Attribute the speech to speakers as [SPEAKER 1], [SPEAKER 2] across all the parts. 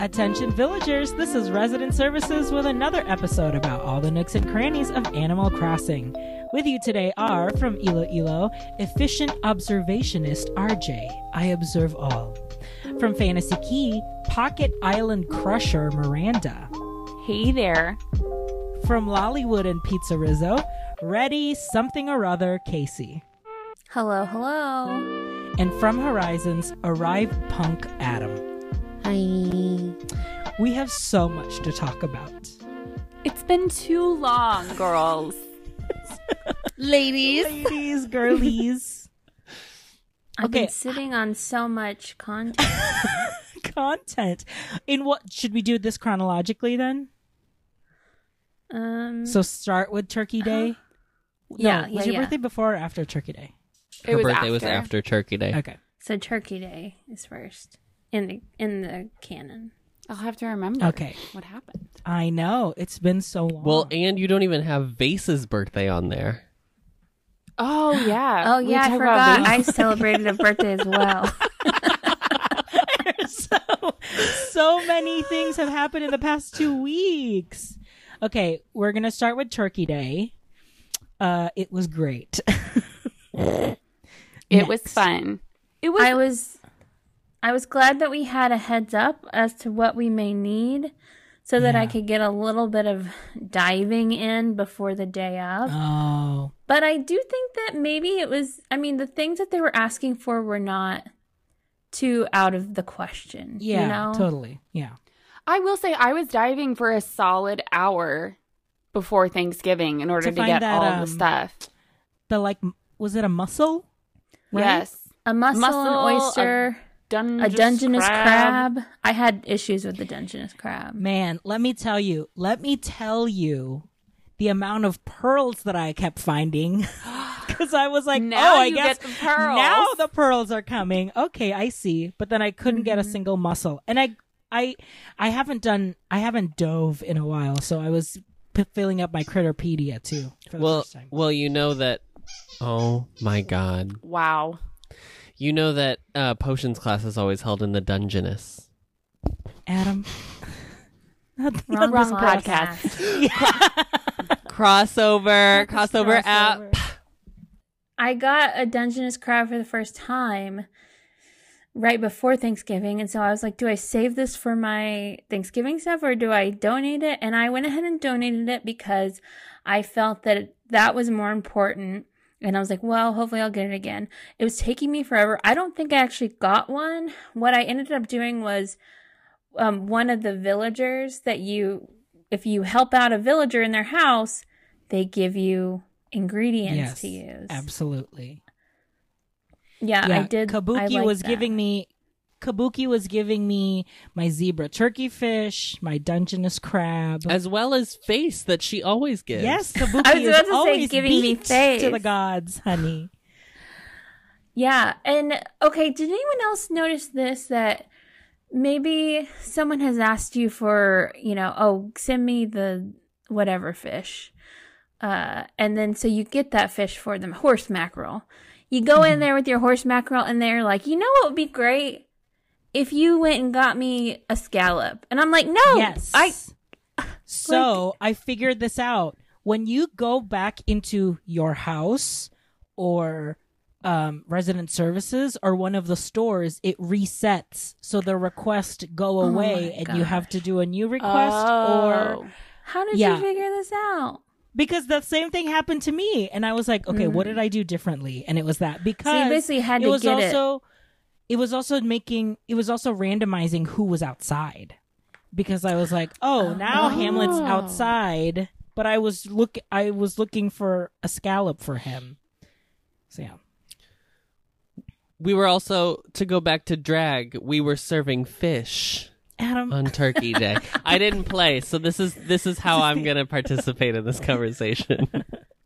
[SPEAKER 1] Attention villagers, this is Resident Services with another episode about all the nooks and crannies of Animal Crossing. With you today are from Iloilo, efficient observationist RJ. I observe all. From Fantasy Key, Pocket Island Crusher Miranda.
[SPEAKER 2] Hey there.
[SPEAKER 1] From Lollywood and Pizza Rizzo, Ready Something or Other Casey.
[SPEAKER 3] Hello, hello.
[SPEAKER 1] And from Horizons, Arrive Punk Adam.
[SPEAKER 3] Hi.
[SPEAKER 1] We have so much to talk about.
[SPEAKER 2] It's been too long, girls.
[SPEAKER 3] Ladies.
[SPEAKER 1] Ladies, girlies.
[SPEAKER 3] I've
[SPEAKER 1] Okay.
[SPEAKER 3] been sitting on so much content.
[SPEAKER 1] content. In what should we do this chronologically then?
[SPEAKER 3] Um,
[SPEAKER 1] So start with Turkey Day. no,
[SPEAKER 3] yeah, Uh-huh. yeah,
[SPEAKER 1] was your
[SPEAKER 3] yeah.
[SPEAKER 1] birthday before or after Turkey Day?
[SPEAKER 2] It
[SPEAKER 4] Her birthday was after Turkey Day.
[SPEAKER 1] Okay.
[SPEAKER 3] so Turkey Day is first in the in the canon.
[SPEAKER 2] I'll have to remember.
[SPEAKER 1] Okay.
[SPEAKER 2] What happened?
[SPEAKER 1] I know it's been so long.
[SPEAKER 4] Well, and you don't even have Vase's birthday on there.
[SPEAKER 2] Oh yeah.
[SPEAKER 3] Oh
[SPEAKER 2] We
[SPEAKER 3] yeah, I
[SPEAKER 2] talked about
[SPEAKER 3] forgot.
[SPEAKER 2] these.
[SPEAKER 3] I celebrated a birthday as well.
[SPEAKER 1] so so many things have happened in the past two weeks. Okay, we're gonna start with Turkey Day. Uh, it was great.
[SPEAKER 2] it was fun. It was
[SPEAKER 3] I was I was glad that we had a heads up as to what we may need so that I could get a little bit of diving in before the day of.
[SPEAKER 2] Uh-huh.
[SPEAKER 1] oh,
[SPEAKER 3] But I do think that maybe it was, I mean, the things that they were asking for were not too out of the question. you
[SPEAKER 1] yeah,
[SPEAKER 3] know?
[SPEAKER 1] totally, yeah.
[SPEAKER 2] I will say I was diving for a solid hour before Thanksgiving in order
[SPEAKER 1] To
[SPEAKER 2] to,
[SPEAKER 1] find
[SPEAKER 2] get
[SPEAKER 1] that,
[SPEAKER 2] all
[SPEAKER 1] um,
[SPEAKER 2] the stuff.
[SPEAKER 1] The like, m- was it a muscle? Right?
[SPEAKER 2] Yes.
[SPEAKER 3] A mussel, an
[SPEAKER 2] Mussel,
[SPEAKER 3] oyster,
[SPEAKER 2] Dun-
[SPEAKER 3] a, dungeness crab. I had issues with the dungeness crab.
[SPEAKER 1] Man, let me tell you, let me tell you the amount of pearls that I kept finding. Because I was like,
[SPEAKER 2] Now
[SPEAKER 1] oh, I
[SPEAKER 2] you
[SPEAKER 1] guess
[SPEAKER 2] get the pearls."
[SPEAKER 1] now the pearls are coming. Okay, I see. But then I couldn't get
[SPEAKER 2] Mm-hmm.
[SPEAKER 1] a single mussel. And I, I, I haven't done, I haven't dove in a while. So I was p- filling up my Critterpedia too for the
[SPEAKER 4] Well,
[SPEAKER 1] first time.
[SPEAKER 4] well, you know that. Oh my God!
[SPEAKER 2] Wow.
[SPEAKER 4] You know that uh, potions class is always held in the Dungeness.
[SPEAKER 1] Adam. Not-
[SPEAKER 3] Wrong,
[SPEAKER 2] Wrong podcast.
[SPEAKER 4] Crossover, crossover app.
[SPEAKER 3] I got a Dungeness crab for the first time right before Thanksgiving. And so I was like, do I save this for my Thanksgiving stuff or do I donate it? And I went ahead and donated it because I felt that that was more important. And I was like, well, hopefully I'll get it again. It was taking me forever. I don't think I actually got one. What I ended up doing was um, one of the villagers that you, if you help out a villager in their house, they give you ingredients
[SPEAKER 1] Yes,
[SPEAKER 3] to use.
[SPEAKER 1] absolutely.
[SPEAKER 3] Yeah, I did. I
[SPEAKER 1] Kabuki
[SPEAKER 3] liked
[SPEAKER 1] was
[SPEAKER 3] that.
[SPEAKER 1] giving me Kabuki was giving me my zebra turkey fish, my Dungeness crab.
[SPEAKER 4] As well as face that she always gives.
[SPEAKER 1] Oh. yes, Kabuki
[SPEAKER 3] I was
[SPEAKER 1] is
[SPEAKER 3] about to say,
[SPEAKER 1] always
[SPEAKER 3] giving me
[SPEAKER 1] beat to
[SPEAKER 3] face.
[SPEAKER 1] the gods, honey.
[SPEAKER 3] Yeah, and okay. Did anyone else notice this? That maybe someone has asked you for, you know, oh, send me the whatever fish, uh, and then so you get that fish for them, horse mackerel. You go
[SPEAKER 1] Mm-hmm.
[SPEAKER 3] in there with your horse mackerel, and they're like, you know what would be great if you went and got me a scallop, and I'm like, no,
[SPEAKER 1] yes,
[SPEAKER 3] Oh, I
[SPEAKER 1] So I figured this out. When you go back into your house or um, resident services or one of the stores, it resets. So the request go
[SPEAKER 3] Oh my
[SPEAKER 1] away, and you have to do a new request or
[SPEAKER 2] Oh.
[SPEAKER 3] how did
[SPEAKER 1] Yeah.
[SPEAKER 3] you figure this out?
[SPEAKER 1] because the same thing happened to me and i was like okay what did i do differently and it was that because
[SPEAKER 3] Hmm. basically had
[SPEAKER 1] it
[SPEAKER 3] to
[SPEAKER 1] was
[SPEAKER 3] get it.
[SPEAKER 1] also it. was also making it was also randomizing who was outside because i was like oh, now hamlet's
[SPEAKER 2] Oh.
[SPEAKER 1] outside but i was look i was looking for a scallop for him so yeah
[SPEAKER 4] We were also to go back to drag. We were serving fish
[SPEAKER 1] adam
[SPEAKER 4] on Turkey Day. I didn't play, so this is this is how I'm going to participate in this conversation.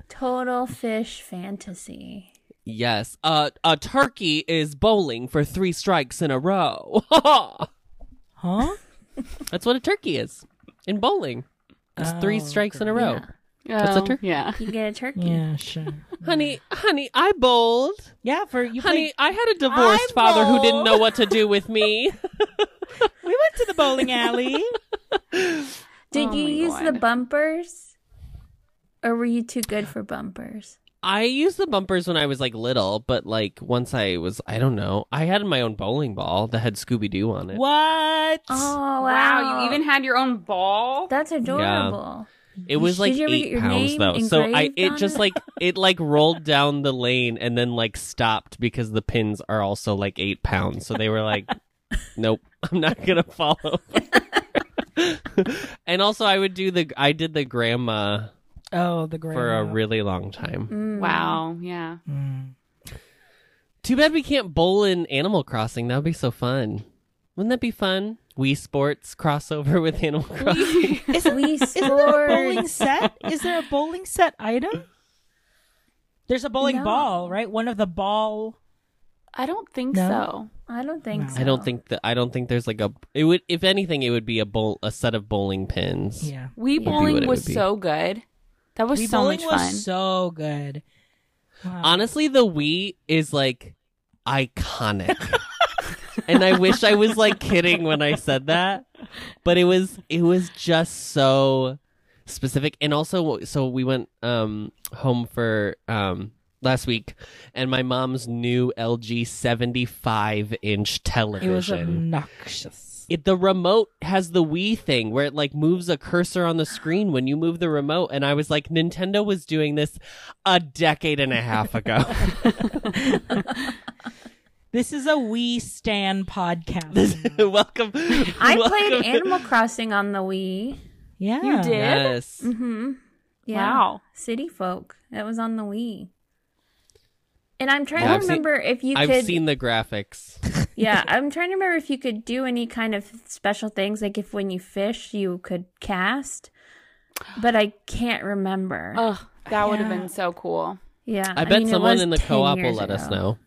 [SPEAKER 3] Total fish fantasy.
[SPEAKER 4] Yes. Uh, a turkey is bowling for three strikes in a row.
[SPEAKER 1] huh
[SPEAKER 4] That's what a turkey is in bowling. It's three
[SPEAKER 1] Oh,
[SPEAKER 4] strikes in a row.
[SPEAKER 2] That's
[SPEAKER 4] a
[SPEAKER 2] Oh,
[SPEAKER 4] turkey.
[SPEAKER 2] Yeah.
[SPEAKER 3] You get a turkey.
[SPEAKER 1] yeah sure
[SPEAKER 4] Honey, honey, I bowled.
[SPEAKER 1] yeah for you
[SPEAKER 4] honey,
[SPEAKER 1] played,
[SPEAKER 4] I had a divorced father who didn't know what to do with me.
[SPEAKER 1] we went to the bowling alley.
[SPEAKER 3] Did
[SPEAKER 2] Oh
[SPEAKER 3] you
[SPEAKER 2] my
[SPEAKER 3] use the
[SPEAKER 2] God.
[SPEAKER 3] bumpers? Or were you too good for bumpers?
[SPEAKER 4] I used the bumpers when I was like little, but like once I was, I don't know, I had my own bowling ball that had Scooby Doo on it.
[SPEAKER 1] what?
[SPEAKER 3] Oh wow.
[SPEAKER 2] wow, you even had your own ball.
[SPEAKER 3] That's adorable.
[SPEAKER 4] It was
[SPEAKER 3] Did
[SPEAKER 4] like
[SPEAKER 3] you ever get
[SPEAKER 4] eight
[SPEAKER 3] your name
[SPEAKER 4] pounds though, so I
[SPEAKER 3] engraved
[SPEAKER 4] it
[SPEAKER 3] on
[SPEAKER 4] just
[SPEAKER 3] it?
[SPEAKER 4] like it like rolled down the lane and then like stopped because the pins are also like eight pounds, so they were like, nope, I'm not gonna follow. and also, I would do the I did the grandma
[SPEAKER 1] Oh, the grandma.
[SPEAKER 4] for a really long time.
[SPEAKER 3] Mm.
[SPEAKER 2] wow, yeah.
[SPEAKER 1] Mm.
[SPEAKER 4] Too bad we can't bowl in Animal Crossing. That would be so fun. Wouldn't that be fun? Wii Sports crossover with Animal Crossing.
[SPEAKER 3] We
[SPEAKER 1] Isn't there a bowling
[SPEAKER 3] scored.
[SPEAKER 1] set? Is there a bowling set item? There's a bowling
[SPEAKER 3] No.
[SPEAKER 1] ball, right? One of the ball.
[SPEAKER 2] I don't think
[SPEAKER 1] No?
[SPEAKER 2] so.
[SPEAKER 3] I don't think
[SPEAKER 1] No.
[SPEAKER 3] so.
[SPEAKER 4] I don't think that I don't think there's like a it would if anything it would be a bowl a set of bowling pins.
[SPEAKER 1] Yeah.
[SPEAKER 2] Wii
[SPEAKER 1] Would be
[SPEAKER 4] what
[SPEAKER 2] bowling
[SPEAKER 4] it
[SPEAKER 2] was
[SPEAKER 4] would be.
[SPEAKER 2] so good. That was
[SPEAKER 1] Wii
[SPEAKER 2] so
[SPEAKER 1] bowling
[SPEAKER 2] much
[SPEAKER 1] was
[SPEAKER 2] fun.
[SPEAKER 1] so good. Wow.
[SPEAKER 4] Honestly, the Wii is like iconic. and I wish I was like kidding when I said that, but it was it was just so specific and also so we went um home for um last week and my mom's new LG 75 inch
[SPEAKER 1] it
[SPEAKER 4] television
[SPEAKER 1] was obnoxious.
[SPEAKER 4] it, the remote has the Wii thing where it like moves a cursor on the screen when you move the remote. And I was like, Nintendo was doing this a decade and a half ago.
[SPEAKER 1] This is a We Stand podcast.
[SPEAKER 4] This- welcome.
[SPEAKER 3] I
[SPEAKER 4] welcome-
[SPEAKER 3] played Animal Crossing on the Wii.
[SPEAKER 1] yeah.
[SPEAKER 2] You did?
[SPEAKER 4] Yes.
[SPEAKER 3] Mm-hmm. Yeah.
[SPEAKER 2] Wow.
[SPEAKER 3] City Folk. That was on the Wii. And I'm trying
[SPEAKER 4] Yeah,
[SPEAKER 3] to
[SPEAKER 4] I've seen-
[SPEAKER 3] remember if you
[SPEAKER 4] I've
[SPEAKER 3] could.
[SPEAKER 4] seen the graphics.
[SPEAKER 3] yeah, I'm trying to remember if you could do any kind of special things, like if when you fish you could cast. But I can't remember.
[SPEAKER 2] Ugh, that would have
[SPEAKER 1] Yeah.
[SPEAKER 2] been so cool.
[SPEAKER 3] yeah,
[SPEAKER 4] I bet
[SPEAKER 3] mean, it
[SPEAKER 4] someone
[SPEAKER 3] was
[SPEAKER 4] in the
[SPEAKER 3] 10
[SPEAKER 4] co op will
[SPEAKER 3] years
[SPEAKER 4] let us
[SPEAKER 3] ago.
[SPEAKER 4] know.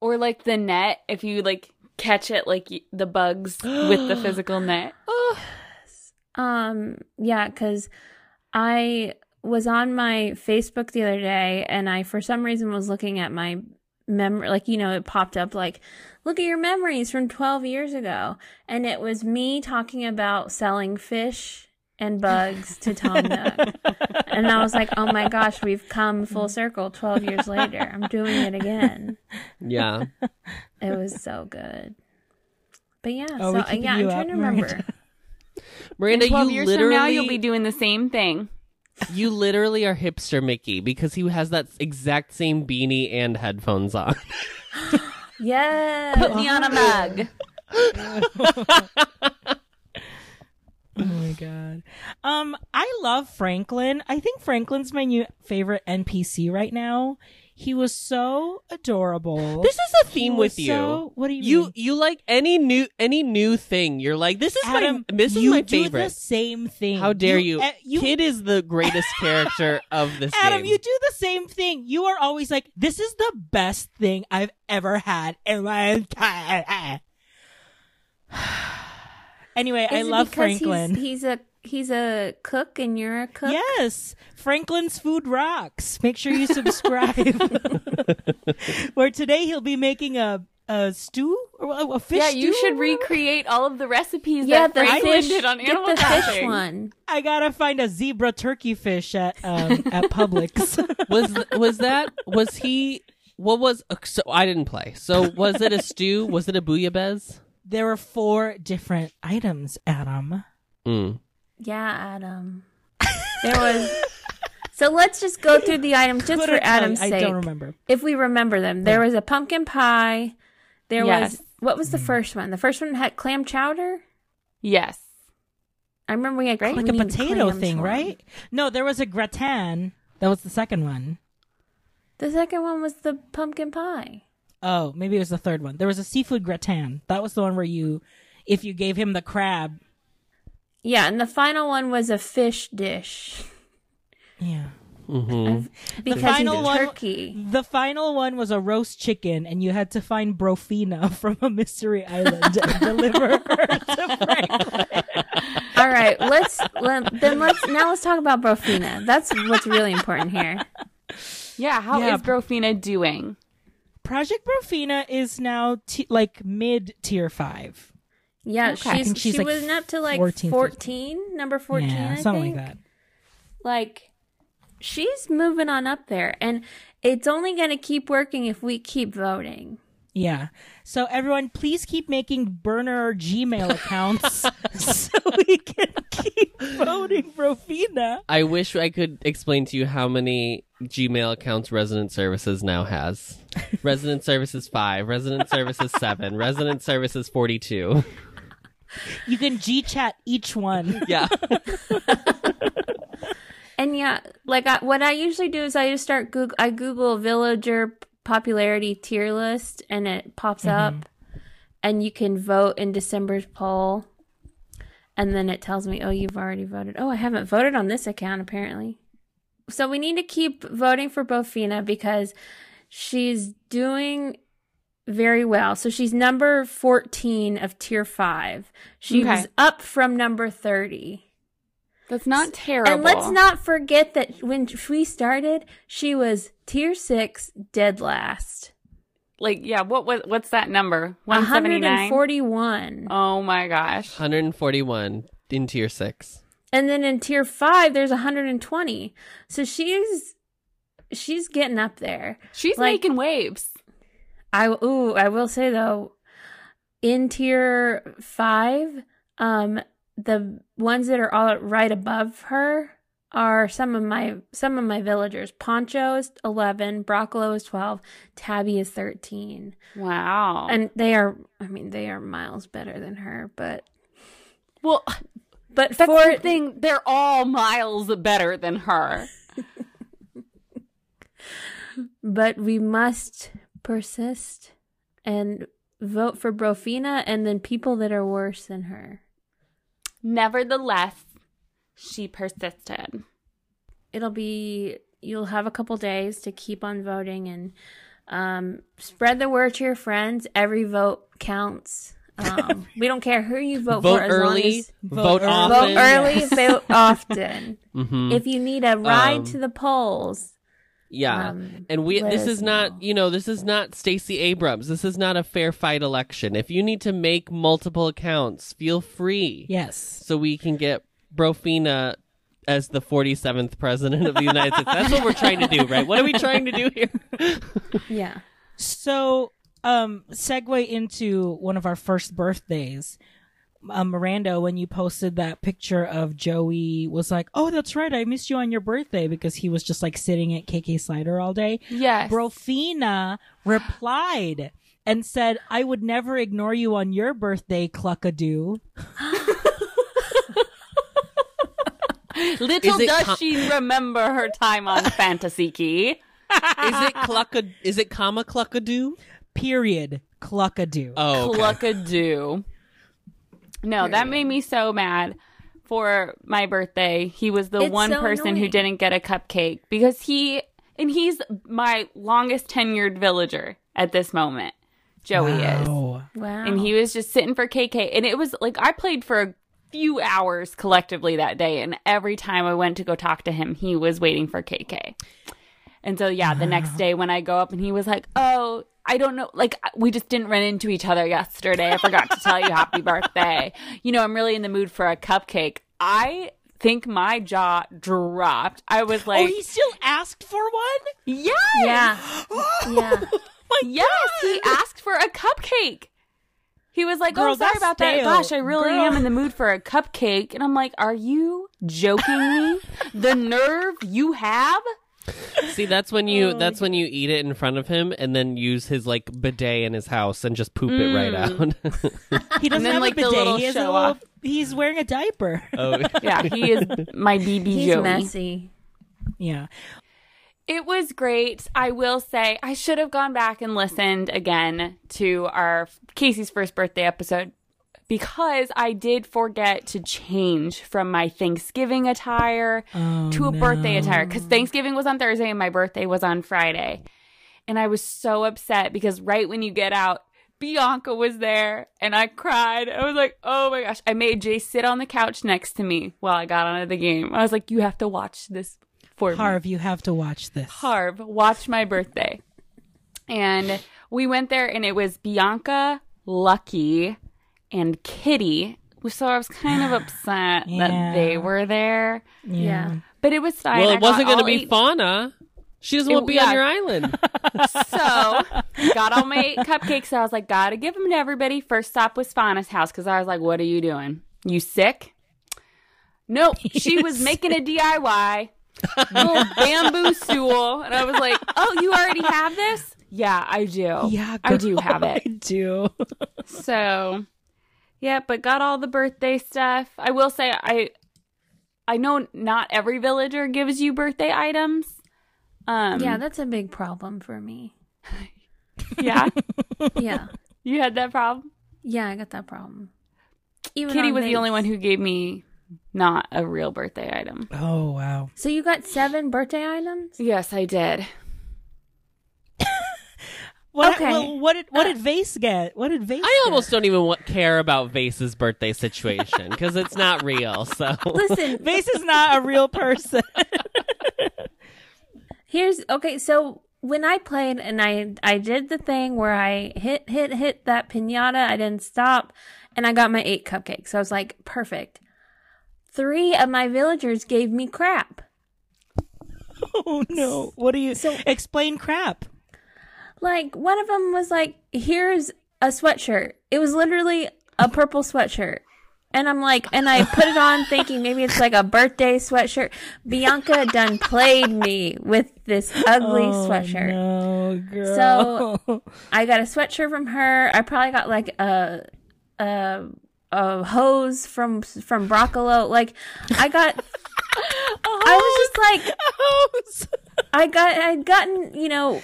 [SPEAKER 2] Or like the net, if you like catch it like y- the bugs with the physical net.
[SPEAKER 3] Um, yeah, because I was on my Facebook the other day, and I for some reason was looking at my memory, like you know, it popped up like, look at your memories from twelve years ago, and it was me talking about selling fish and bugs to Tom Nook, and I was like, oh my gosh, we've come full circle twelve years later. I'm doing it again.
[SPEAKER 4] Yeah.
[SPEAKER 3] It was so good. But yeah,
[SPEAKER 1] Oh, we
[SPEAKER 3] so
[SPEAKER 1] keeping
[SPEAKER 3] yeah, I'm
[SPEAKER 1] you
[SPEAKER 3] trying
[SPEAKER 1] up,
[SPEAKER 3] to remember.
[SPEAKER 1] Miranda.
[SPEAKER 2] In
[SPEAKER 4] Miranda,
[SPEAKER 2] 12
[SPEAKER 4] you
[SPEAKER 2] years
[SPEAKER 4] literally
[SPEAKER 2] from now, you'll be doing the same thing.
[SPEAKER 4] you literally are hipster Mickey because he has that exact same beanie and headphones on.
[SPEAKER 3] Yes.
[SPEAKER 2] Put me on a mug.
[SPEAKER 1] Oh my god. Um, I love Franklin. I think Franklin's my new favorite NPC right now. He was so adorable.
[SPEAKER 4] This is a theme
[SPEAKER 1] He
[SPEAKER 4] with
[SPEAKER 1] was
[SPEAKER 4] you.
[SPEAKER 1] so- what do you
[SPEAKER 4] you
[SPEAKER 1] mean?
[SPEAKER 4] you like any new any new thing? You're like this is
[SPEAKER 1] Adam,
[SPEAKER 4] my this is
[SPEAKER 1] you
[SPEAKER 4] my
[SPEAKER 1] do
[SPEAKER 4] favorite.
[SPEAKER 1] the same thing.
[SPEAKER 4] How dare you?
[SPEAKER 1] eh,
[SPEAKER 4] Kid is the greatest character of this
[SPEAKER 1] Adam,
[SPEAKER 4] game.
[SPEAKER 1] you do the same thing. You are always like, "This is the best thing I've ever had in my entire." anyway, I
[SPEAKER 3] Is it
[SPEAKER 1] love
[SPEAKER 3] because he's-
[SPEAKER 1] Franklin.
[SPEAKER 3] He's, a he's a cook, and you're a cook.
[SPEAKER 1] Yes, Franklin's Food Rocks. Make sure you subscribe. Where today he'll be making a a stew or a, a fish.
[SPEAKER 2] yeah, you
[SPEAKER 1] stew
[SPEAKER 2] should
[SPEAKER 1] or whatever.
[SPEAKER 2] recreate all of the recipes
[SPEAKER 3] Yeah,
[SPEAKER 2] that
[SPEAKER 3] the
[SPEAKER 2] Franklin
[SPEAKER 3] fish.
[SPEAKER 2] did on Animal
[SPEAKER 3] get the
[SPEAKER 2] Crossing.
[SPEAKER 3] fish one.
[SPEAKER 1] I gotta find a zebra turkey fish at um, at Publix.
[SPEAKER 4] was was that was he? What was so? I didn't play. So was it a stew? Was it a bouillabaisse?
[SPEAKER 1] there were four different items, Adam.
[SPEAKER 4] Mm.
[SPEAKER 3] Yeah, Adam. There was. so let's just go through the items just
[SPEAKER 1] Couldn't
[SPEAKER 3] for
[SPEAKER 1] tell you.
[SPEAKER 3] Adam's
[SPEAKER 1] I
[SPEAKER 3] sake,
[SPEAKER 1] don't remember.
[SPEAKER 3] if we remember them. There was a pumpkin pie. There
[SPEAKER 2] Yes.
[SPEAKER 3] was what was the
[SPEAKER 1] Mm.
[SPEAKER 3] first one? The first one had clam chowder.
[SPEAKER 2] Yes.
[SPEAKER 3] I remember we had
[SPEAKER 1] Like a
[SPEAKER 3] green
[SPEAKER 1] potato
[SPEAKER 3] clams
[SPEAKER 1] thing,
[SPEAKER 3] one.
[SPEAKER 1] right? No, there was a gratin. That was the second one.
[SPEAKER 3] The second one was the pumpkin pie.
[SPEAKER 1] Oh, maybe it was the third one. There was a seafood gratin. That was the one where you, if you gave him the crab,
[SPEAKER 3] Yeah, and the final one was a fish dish
[SPEAKER 1] yeah. Mm.
[SPEAKER 3] because
[SPEAKER 1] final
[SPEAKER 3] he's a
[SPEAKER 1] one-
[SPEAKER 3] turkey.
[SPEAKER 1] The final one was a roast chicken, and you had to find Brofina from a mystery island and deliver her to Franklin.
[SPEAKER 3] All right, let's let, then let's now let's talk about Brofina. That's what's really important here.
[SPEAKER 2] Yeah, How is
[SPEAKER 1] Yeah.
[SPEAKER 2] Brofina doing?
[SPEAKER 1] Project Brofina is now t- like mid tier five.
[SPEAKER 3] Yeah,
[SPEAKER 2] Okay. I
[SPEAKER 3] she's,
[SPEAKER 1] think she's,
[SPEAKER 3] she
[SPEAKER 1] like,
[SPEAKER 3] wasn't up to like
[SPEAKER 1] 14,
[SPEAKER 3] 14,
[SPEAKER 1] 15.
[SPEAKER 3] number 14,
[SPEAKER 1] yeah,
[SPEAKER 3] I
[SPEAKER 1] something
[SPEAKER 3] think.
[SPEAKER 1] like that.
[SPEAKER 3] Like she's moving on up there and it's only going to keep working if we keep voting.
[SPEAKER 1] Yeah. So everyone, please keep making burner or Gmail accounts so we can keep voting Rofina.
[SPEAKER 4] I wish I could explain to you how many Gmail accounts Resident Services now has. Resident Services 5, Resident Services 7, Resident Services 42.
[SPEAKER 1] You can Gchat each one.
[SPEAKER 4] Yeah.
[SPEAKER 3] And yeah, like I, what I usually do is I just start Google. I Google villager popularity tier list, and it pops up, and you can vote in December's poll. And then it tells me, "Oh, you've already voted. Oh, I haven't voted on this account apparently." So we need to keep voting for Bofina because she's doing very well. So she's number 14 of tier 5. She
[SPEAKER 2] Okay.
[SPEAKER 3] was up from number 30.
[SPEAKER 2] That's not terrible.
[SPEAKER 3] And let's not forget that when we started, she was tier six, dead last.
[SPEAKER 2] like yeah. What was what's that number? One seventy nine.
[SPEAKER 3] 141.
[SPEAKER 2] Oh my gosh.
[SPEAKER 4] 141 in tier 6.
[SPEAKER 3] And then in tier five, there's 120. So she's she's getting up there.
[SPEAKER 2] She's
[SPEAKER 3] Like-
[SPEAKER 2] making waves.
[SPEAKER 3] I ooh, I will say though, in tier five, um, the ones that are all right above her are some of my some of my villagers. Poncho is eleven, Broccolo is twelve, Tabby is thirteen.
[SPEAKER 2] Wow.
[SPEAKER 3] and they are i mean they are miles better than her but
[SPEAKER 2] well,
[SPEAKER 3] but
[SPEAKER 2] that's
[SPEAKER 3] for
[SPEAKER 2] the thing. They're all miles better than her.
[SPEAKER 3] but we must persist and vote for brofina and then people that are worse than her
[SPEAKER 2] Nevertheless, she persisted.
[SPEAKER 3] it'll be you'll have a couple days to keep on voting and um, spread the word to your friends every vote counts um, we don't care who you vote,
[SPEAKER 4] Vote
[SPEAKER 3] for as long
[SPEAKER 4] early,
[SPEAKER 3] as
[SPEAKER 1] Vote
[SPEAKER 4] vote,
[SPEAKER 1] early.
[SPEAKER 4] often.
[SPEAKER 3] vote early
[SPEAKER 1] yes.
[SPEAKER 3] vote often
[SPEAKER 4] Mhm.
[SPEAKER 3] if you need a ride
[SPEAKER 4] Um,
[SPEAKER 3] to the polls
[SPEAKER 4] Yeah.
[SPEAKER 3] Um,
[SPEAKER 4] and we
[SPEAKER 3] let
[SPEAKER 4] this
[SPEAKER 3] us
[SPEAKER 4] is not,
[SPEAKER 3] know.
[SPEAKER 4] you know, this is not Stacey Abrams. This is not a fair fight election. If you need to make multiple accounts, feel free.
[SPEAKER 1] Yes.
[SPEAKER 4] So we can get Brofina as the 47th president of the United States. That's what we're trying to do, right? What are we trying to do here?
[SPEAKER 3] yeah
[SPEAKER 1] So, um, segue into one of our first birthdays. Um, Miranda, when you posted that picture of Joey, was like, "Oh, that's right, I missed you on your birthday because he was just like sitting at KK Slider all day."
[SPEAKER 2] Yes.
[SPEAKER 1] Brofina replied and said, "I would never ignore you on your birthday, cluckadoo."
[SPEAKER 2] Little
[SPEAKER 4] Is it
[SPEAKER 2] does
[SPEAKER 4] com-
[SPEAKER 2] she remember her time on Fantasy Key.
[SPEAKER 4] is it clucka? Is it comma cluckadoo?
[SPEAKER 1] Period. Cluckadoo.
[SPEAKER 4] Oh, okay.
[SPEAKER 2] Cluckadoo. No, that made me so mad. For my birthday, he was the
[SPEAKER 3] It's
[SPEAKER 2] one
[SPEAKER 3] so
[SPEAKER 2] person who
[SPEAKER 3] annoying.
[SPEAKER 2] didn't get a cupcake because he and he's my longest tenured villager at this moment. Joey is.
[SPEAKER 1] wow.
[SPEAKER 3] wow
[SPEAKER 2] and he was just sitting for KK. And it was like I played for a few hours collectively that day, and every time I went to go talk to him, he was waiting for KK. And so yeah, the next day when I go up and he was like, "Oh, I don't know, like we just didn't run into each other yesterday. I forgot to tell you happy birthday. You know, I'm really in the mood for a cupcake." I think my jaw dropped. I was
[SPEAKER 1] Oh,
[SPEAKER 2] like,
[SPEAKER 1] he still asked for one?
[SPEAKER 2] "Yes,
[SPEAKER 3] yeah yeah
[SPEAKER 2] yes, he asked for a cupcake. He was like,
[SPEAKER 1] Girl,
[SPEAKER 2] "Oh, sorry
[SPEAKER 1] that's
[SPEAKER 2] about
[SPEAKER 1] stale.
[SPEAKER 2] that. Gosh, I really
[SPEAKER 1] Girl."
[SPEAKER 2] am in the mood for a cupcake." And I'm like, "Are you joking me? the nerve you have!"
[SPEAKER 4] See, that's when you
[SPEAKER 2] Oh,
[SPEAKER 4] that's when you eat it in front of him and then use his like bidet in his house and just poop it right
[SPEAKER 2] Mm.
[SPEAKER 4] out.
[SPEAKER 1] He doesn't
[SPEAKER 2] then,
[SPEAKER 1] have
[SPEAKER 2] like,
[SPEAKER 1] a
[SPEAKER 2] the
[SPEAKER 1] bidet.
[SPEAKER 2] little
[SPEAKER 1] he has a
[SPEAKER 2] show
[SPEAKER 1] little,
[SPEAKER 2] off.
[SPEAKER 1] He's wearing a diaper.
[SPEAKER 4] oh,
[SPEAKER 2] Yeah, he is my BB
[SPEAKER 3] he's
[SPEAKER 2] Joey.
[SPEAKER 3] messy
[SPEAKER 1] yeah.
[SPEAKER 2] It was great. I will say I should have gone back and listened again to our Casey's first birthday episode because I did forget to change from my Thanksgiving attire to a birthday attire because Thanksgiving was on Thursday and my birthday was on Friday. And I was so upset because right when you get out, Bianca was there and I cried. I was like, oh my gosh. I made Jay sit on the couch next to me while I got onto the game. I was like, you have to watch this for me.
[SPEAKER 1] Harv, you have to watch this.
[SPEAKER 2] Harv, watch my birthday. And we went there and it was Bianca, Lucky, and Kitty. So I was kind of upset
[SPEAKER 1] Yeah.
[SPEAKER 2] that they were there.
[SPEAKER 3] Yeah.
[SPEAKER 2] But it was fine.
[SPEAKER 4] well,
[SPEAKER 2] I
[SPEAKER 4] it
[SPEAKER 2] got
[SPEAKER 4] wasn't going to
[SPEAKER 2] all
[SPEAKER 4] be
[SPEAKER 2] eight-
[SPEAKER 4] Fauna. She doesn't
[SPEAKER 2] It-
[SPEAKER 4] want to be on
[SPEAKER 2] yeah.
[SPEAKER 4] your island.
[SPEAKER 2] So got all my eight cupcakes. I was like, gotta give them to everybody. First stop was Fauna's house because I was like, what are you doing? You sick? Nope. She was making a DIY little bamboo stool, and I was like, oh, you already have this? Yeah, I do.
[SPEAKER 1] Yeah,
[SPEAKER 2] I do
[SPEAKER 1] girl,
[SPEAKER 2] have
[SPEAKER 1] oh,
[SPEAKER 2] it.
[SPEAKER 1] I do.
[SPEAKER 2] So, yeah, but got all the birthday stuff. I will say I I know not every villager gives you birthday items. Um
[SPEAKER 3] yeah, that's a big problem for me.
[SPEAKER 2] yeah.
[SPEAKER 3] Yeah.
[SPEAKER 2] You had that problem.
[SPEAKER 3] Yeah, I got that problem. Even
[SPEAKER 2] Kitty
[SPEAKER 3] on
[SPEAKER 2] was the
[SPEAKER 3] Vince.
[SPEAKER 2] only one who gave me not a real birthday item.
[SPEAKER 1] Oh wow.
[SPEAKER 3] So you got seven birthday items?
[SPEAKER 2] Yes, I did.
[SPEAKER 1] What,
[SPEAKER 3] Okay.
[SPEAKER 1] well, what did what did Vase get? What did Vase?
[SPEAKER 4] I
[SPEAKER 1] get?
[SPEAKER 4] almost don't even wa- care about Vase's birthday situation because it's not real. So
[SPEAKER 3] Listen,
[SPEAKER 1] Vase is not a real person.
[SPEAKER 3] here's okay. So when I played and I I did the thing where I hit hit hit that pinata, I didn't stop, and I got my eight cupcakes. So I was like, perfect. Three of my villagers gave me crap.
[SPEAKER 1] oh no. What do you
[SPEAKER 3] So-
[SPEAKER 1] explain? Crap.
[SPEAKER 3] Like one of them was like, "Here's a sweatshirt." It was literally a purple sweatshirt. And I'm like, and I put it on thinking maybe it's like a birthday sweatshirt. Bianca done played me with this ugly
[SPEAKER 1] Oh,
[SPEAKER 3] sweatshirt.
[SPEAKER 1] No, girl.
[SPEAKER 3] So- I got a sweatshirt from her. I probably got like a a a hose from from Broccolo. Like I got I was just like I got I'd gotten, you know,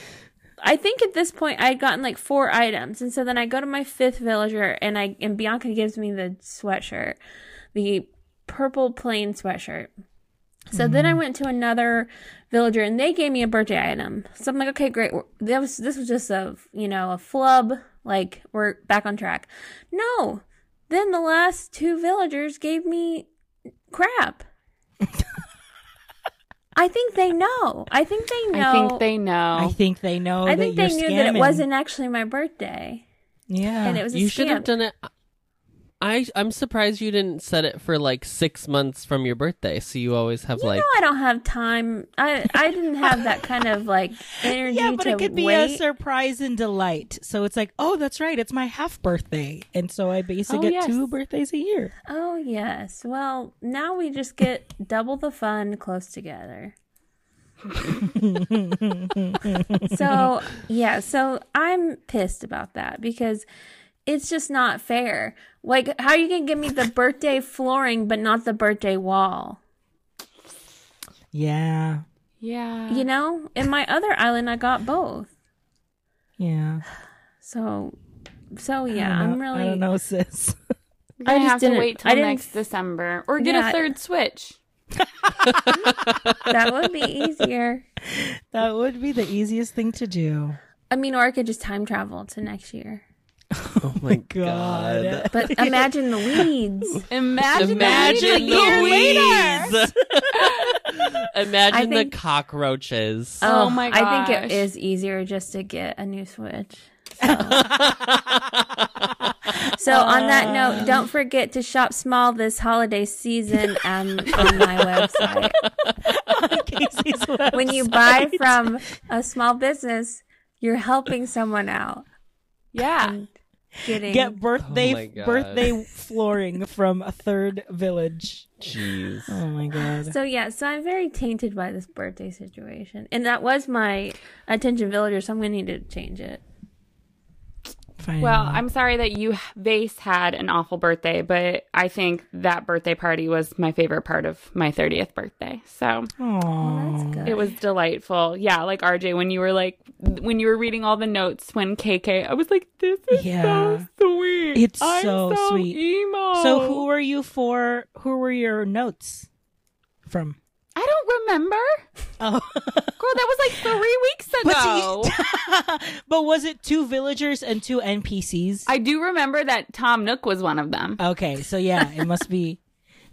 [SPEAKER 3] I think at this point I'd gotten like four items. And so then I go to my fifth villager and I and Bianca gives me the sweatshirt, the purple plain sweatshirt. So then I went to another villager and they gave me a birthday item. So I'm like, okay, great. we're- That was this was just a you know a flub. Like we're back on track. No, then the last two villagers gave me crap. I think they know. I think they know.
[SPEAKER 2] I think they know.
[SPEAKER 1] I think they know.
[SPEAKER 3] I
[SPEAKER 1] Oh, that
[SPEAKER 3] think
[SPEAKER 1] you're
[SPEAKER 3] they knew that it
[SPEAKER 1] scamming. Ah,
[SPEAKER 3] wasn't actually my birthday,
[SPEAKER 1] Yeah.
[SPEAKER 3] and it was a
[SPEAKER 4] you
[SPEAKER 3] scam.
[SPEAKER 4] should have done it. I I'm surprised you didn't set it for like six months from your birthday, so you always have
[SPEAKER 3] You
[SPEAKER 4] like
[SPEAKER 3] know, I don't have time. I I didn't have that kind of like energy
[SPEAKER 1] yeah, but
[SPEAKER 3] to
[SPEAKER 1] it could be
[SPEAKER 3] wait.
[SPEAKER 1] a surprise and delight. So it's like, oh, that's right, it's my half birthday, and so I basically
[SPEAKER 2] Oh,
[SPEAKER 1] get
[SPEAKER 2] yes.
[SPEAKER 1] two birthdays a year.
[SPEAKER 3] oh yes. Well, now we just get double the fun close together. so yeah, so I'm pissed about that because it's just not fair. Like, how you gonna give me the birthday flooring but not the birthday wall?
[SPEAKER 1] Yeah,
[SPEAKER 2] yeah.
[SPEAKER 3] You know, in my other island, I got both.
[SPEAKER 1] yeah.
[SPEAKER 3] So, so yeah,
[SPEAKER 1] I don't
[SPEAKER 3] I'm
[SPEAKER 1] know-
[SPEAKER 3] really.
[SPEAKER 1] I don't know, sis.
[SPEAKER 2] You're gonna
[SPEAKER 3] I just
[SPEAKER 2] have to
[SPEAKER 3] didn't-
[SPEAKER 2] wait
[SPEAKER 3] I
[SPEAKER 2] till
[SPEAKER 3] didn't
[SPEAKER 2] next
[SPEAKER 3] f-
[SPEAKER 2] December or get
[SPEAKER 3] Yeah.
[SPEAKER 2] a third switch.
[SPEAKER 3] That would be easier.
[SPEAKER 1] That would be the easiest thing to do.
[SPEAKER 3] I mean, or I could just time travel to next year.
[SPEAKER 4] oh my
[SPEAKER 1] God.
[SPEAKER 3] But imagine the weeds.
[SPEAKER 2] Imagine,
[SPEAKER 4] Imagine
[SPEAKER 2] that a
[SPEAKER 4] the
[SPEAKER 2] year later.
[SPEAKER 4] weeds.
[SPEAKER 3] I
[SPEAKER 4] Imagine
[SPEAKER 3] think- Uh,
[SPEAKER 4] the cockroaches.
[SPEAKER 2] Oh my
[SPEAKER 3] I think
[SPEAKER 2] gosh.
[SPEAKER 3] it is easier just to get a new Switch. So, on that
[SPEAKER 1] Uh.
[SPEAKER 3] note, don't forget to shop small this holiday season um, on my website.
[SPEAKER 1] Casey's
[SPEAKER 3] When you buy from a small business, you're helping someone out.
[SPEAKER 2] Yeah.
[SPEAKER 3] Mm. Getting
[SPEAKER 1] get
[SPEAKER 4] Oh my
[SPEAKER 1] birthday
[SPEAKER 4] God.
[SPEAKER 1] birthday flooring from a third village.
[SPEAKER 4] Jeez.
[SPEAKER 3] uh,
[SPEAKER 1] Oh my god.
[SPEAKER 3] So yeah, so I'm very tainted by this birthday situation, and that was my attention villager. So I'm gonna need to change it.
[SPEAKER 1] Fine.
[SPEAKER 2] Well, I'm sorry that you Vase had an awful birthday, but I think that birthday party was my favorite part of my 30th birthday. So
[SPEAKER 1] Aw.
[SPEAKER 3] That's good.
[SPEAKER 2] it was delightful. Yeah, like RJ, when you were like when you were reading all the notes when KK, I was like, this is
[SPEAKER 1] Yeah.
[SPEAKER 2] so sweet.
[SPEAKER 1] It's
[SPEAKER 2] I'm
[SPEAKER 1] so sweet.
[SPEAKER 2] Emo.
[SPEAKER 3] Oh.
[SPEAKER 1] So who were you for? Who were your notes from?
[SPEAKER 2] I don't remember.
[SPEAKER 1] Oh.
[SPEAKER 2] Girl, that was like three weeks ago.
[SPEAKER 1] but was it two villagers and two NPCs?
[SPEAKER 2] I do remember that Tom Nook was one of them.
[SPEAKER 1] Okay, so yeah, it must be.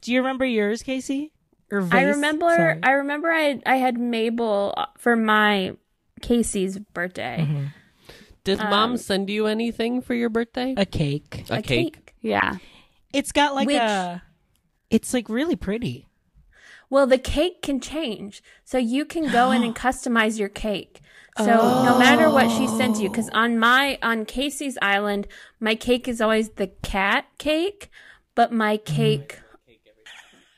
[SPEAKER 1] Do you remember yours, Casey? Or
[SPEAKER 3] I
[SPEAKER 1] Vase?
[SPEAKER 3] remember.
[SPEAKER 1] Sorry.
[SPEAKER 3] I remember. I I had Mabel uh, for my Casey's birthday. um,
[SPEAKER 4] Did mom send you anything for your birthday?
[SPEAKER 1] a cake.
[SPEAKER 4] A,
[SPEAKER 3] A cake.
[SPEAKER 2] Yeah.
[SPEAKER 1] It's got like
[SPEAKER 3] Which-
[SPEAKER 1] a. It's like really pretty.
[SPEAKER 3] Well, the cake can change. So you can go in and customize your cake. So no matter what she sends you, because on my, on Casey's Island, my cake is always the cat cake, but my
[SPEAKER 2] Mm-hmm.
[SPEAKER 3] cake,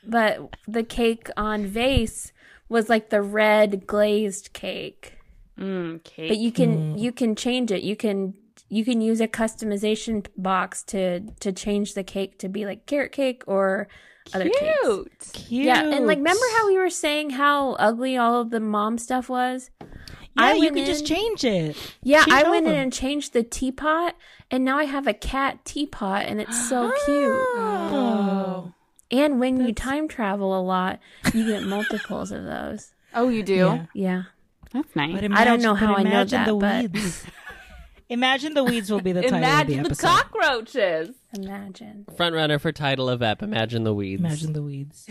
[SPEAKER 3] but the cake on Vase was like the red glazed cake.
[SPEAKER 2] Mm, cake.
[SPEAKER 3] But you can, you can change it. You can, you can use a customization box to, to change the cake to be like carrot cake or other cakes.
[SPEAKER 2] Cute.
[SPEAKER 1] Cute.
[SPEAKER 3] Yeah, and like remember how we were saying how ugly all of the mom stuff was?
[SPEAKER 1] Yeah,
[SPEAKER 3] I
[SPEAKER 1] you
[SPEAKER 3] went
[SPEAKER 1] can just
[SPEAKER 3] in-
[SPEAKER 1] change it.
[SPEAKER 3] Yeah,
[SPEAKER 1] Change
[SPEAKER 3] I went in
[SPEAKER 1] over.
[SPEAKER 3] and changed the teapot and now I have a cat teapot and it's so cute.
[SPEAKER 1] Oh.
[SPEAKER 3] And when you time travel a lot, you get multiples of those.
[SPEAKER 2] Oh, you do?
[SPEAKER 1] Yeah.
[SPEAKER 3] Yeah.
[SPEAKER 2] That's nice.
[SPEAKER 3] I don't know
[SPEAKER 1] but
[SPEAKER 3] how I know
[SPEAKER 1] imagine
[SPEAKER 3] that,
[SPEAKER 1] the
[SPEAKER 3] but-
[SPEAKER 1] weeds. imagine the weeds will be the title of the
[SPEAKER 2] Imagine the,
[SPEAKER 1] episode.
[SPEAKER 2] cockroaches.
[SPEAKER 3] Imagine.
[SPEAKER 4] Front runner for title of ep. Imagine the weeds.
[SPEAKER 1] Imagine the weeds.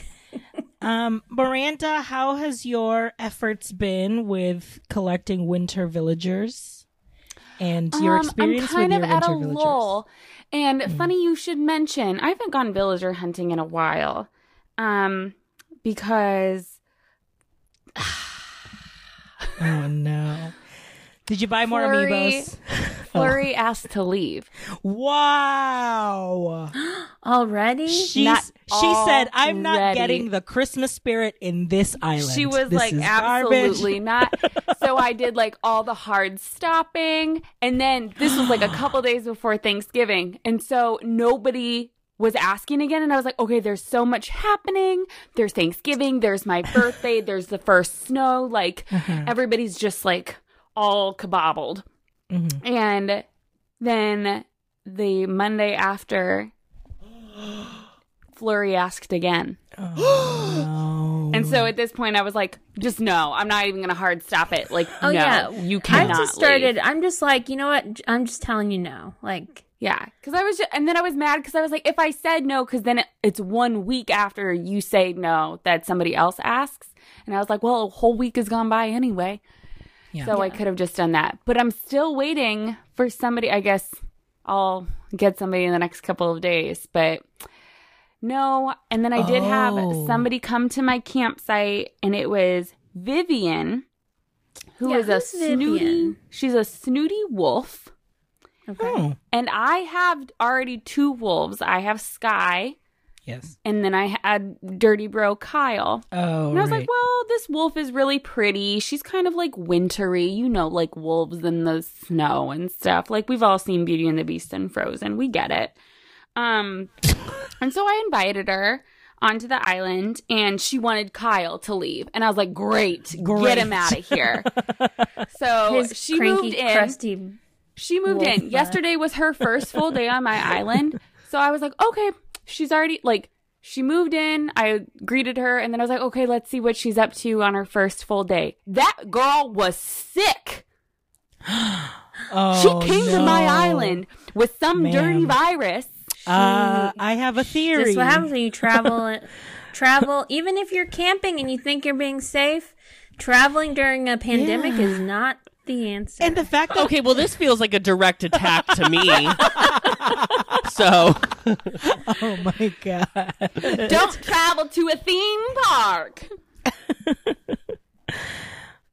[SPEAKER 1] um, Miranda, how has your efforts been with collecting winter villagers and your
[SPEAKER 2] Um,
[SPEAKER 1] experience
[SPEAKER 2] I'm kind
[SPEAKER 1] with your
[SPEAKER 2] of at
[SPEAKER 1] winter
[SPEAKER 2] a
[SPEAKER 1] villagers?
[SPEAKER 2] lull. And
[SPEAKER 1] Mm.
[SPEAKER 2] funny you should mention, I haven't gone villager hunting in a while, um, because
[SPEAKER 1] Oh no! Did you buy more
[SPEAKER 2] Flurry.
[SPEAKER 1] amiibos?
[SPEAKER 2] Flurry asked to leave.
[SPEAKER 1] Wow!
[SPEAKER 3] Already?
[SPEAKER 1] She's,
[SPEAKER 2] Not
[SPEAKER 1] she said, "I'm not
[SPEAKER 2] already.
[SPEAKER 1] getting the Christmas spirit in this island."
[SPEAKER 2] She was
[SPEAKER 1] This
[SPEAKER 2] like,
[SPEAKER 1] is garbage."
[SPEAKER 2] absolutely not. So I did like all the hard stopping. And then this was like a couple days before Thanksgiving. And so nobody was asking again. And I was like, okay, there's so much happening. There's Thanksgiving. There's my birthday. There's the first snow. Like
[SPEAKER 1] Uh-huh.
[SPEAKER 2] everybody's just like all kabobbled.
[SPEAKER 1] Mhm.
[SPEAKER 2] And then the Monday after, Flurry asked again.
[SPEAKER 1] Oh.
[SPEAKER 2] And so at this point, I was like, just no, I'm not even going to hard stop it. Like,
[SPEAKER 3] Oh,
[SPEAKER 2] no,
[SPEAKER 3] yeah.
[SPEAKER 2] you
[SPEAKER 3] I've
[SPEAKER 2] cannot.
[SPEAKER 3] just started.
[SPEAKER 2] leave.
[SPEAKER 3] I'm just like, you know what? J- I'm just telling you no. Like,
[SPEAKER 2] Yeah. Cause I was just, and then I was mad because I was like, if I said no, cause then it, it's one week after you say no that somebody else asks. And I was like, well, a whole week has gone by anyway.
[SPEAKER 1] Yeah.
[SPEAKER 2] So I could have just done that. But I'm still waiting for somebody. I guess I'll get somebody in the next couple of days. But no. And then I did
[SPEAKER 1] Oh.
[SPEAKER 2] have somebody come to my campsite, and it was Vivian, who
[SPEAKER 3] Yeah,
[SPEAKER 2] is a
[SPEAKER 3] who's
[SPEAKER 2] snooty.
[SPEAKER 3] Vivian?
[SPEAKER 2] She's a snooty wolf.
[SPEAKER 3] okay.
[SPEAKER 1] Oh.
[SPEAKER 2] And I have already two wolves. I have Sky,
[SPEAKER 1] Yes.
[SPEAKER 2] and then I had Dirty Bro Kyle.
[SPEAKER 1] Oh.
[SPEAKER 2] And I was
[SPEAKER 1] right.
[SPEAKER 2] like, well, this wolf is really pretty. She's kind of like wintry, you know, like wolves in the snow and stuff. Like we've all seen Beauty and the Beast and Frozen. We get it. Um and so I invited her onto the island and she wanted Kyle to leave. And I was like, Great,
[SPEAKER 1] Great.
[SPEAKER 2] get him out of here. so
[SPEAKER 3] His
[SPEAKER 2] she
[SPEAKER 3] cranky,
[SPEAKER 2] moved in.
[SPEAKER 3] crusty.
[SPEAKER 2] She moved
[SPEAKER 3] Wolf
[SPEAKER 2] in.
[SPEAKER 3] butt.
[SPEAKER 2] Yesterday was her first full day on my island. So I was like, okay, she's already like she moved in. I greeted her and then I was like, okay, let's see what she's up to on her first full day. That girl was sick.
[SPEAKER 1] Oh,
[SPEAKER 2] she came to my
[SPEAKER 1] no.
[SPEAKER 2] island with some
[SPEAKER 1] Ma'am.
[SPEAKER 2] dirty virus.
[SPEAKER 1] Uh, I have a theory.
[SPEAKER 3] This is what happens when you travel. travel, even if you're camping and you think you're being safe, traveling during a pandemic is not the answer.
[SPEAKER 1] And the fact that
[SPEAKER 4] Okay, well, this feels like a direct attack to me. so,
[SPEAKER 1] oh my god,
[SPEAKER 2] Don't travel to a theme park.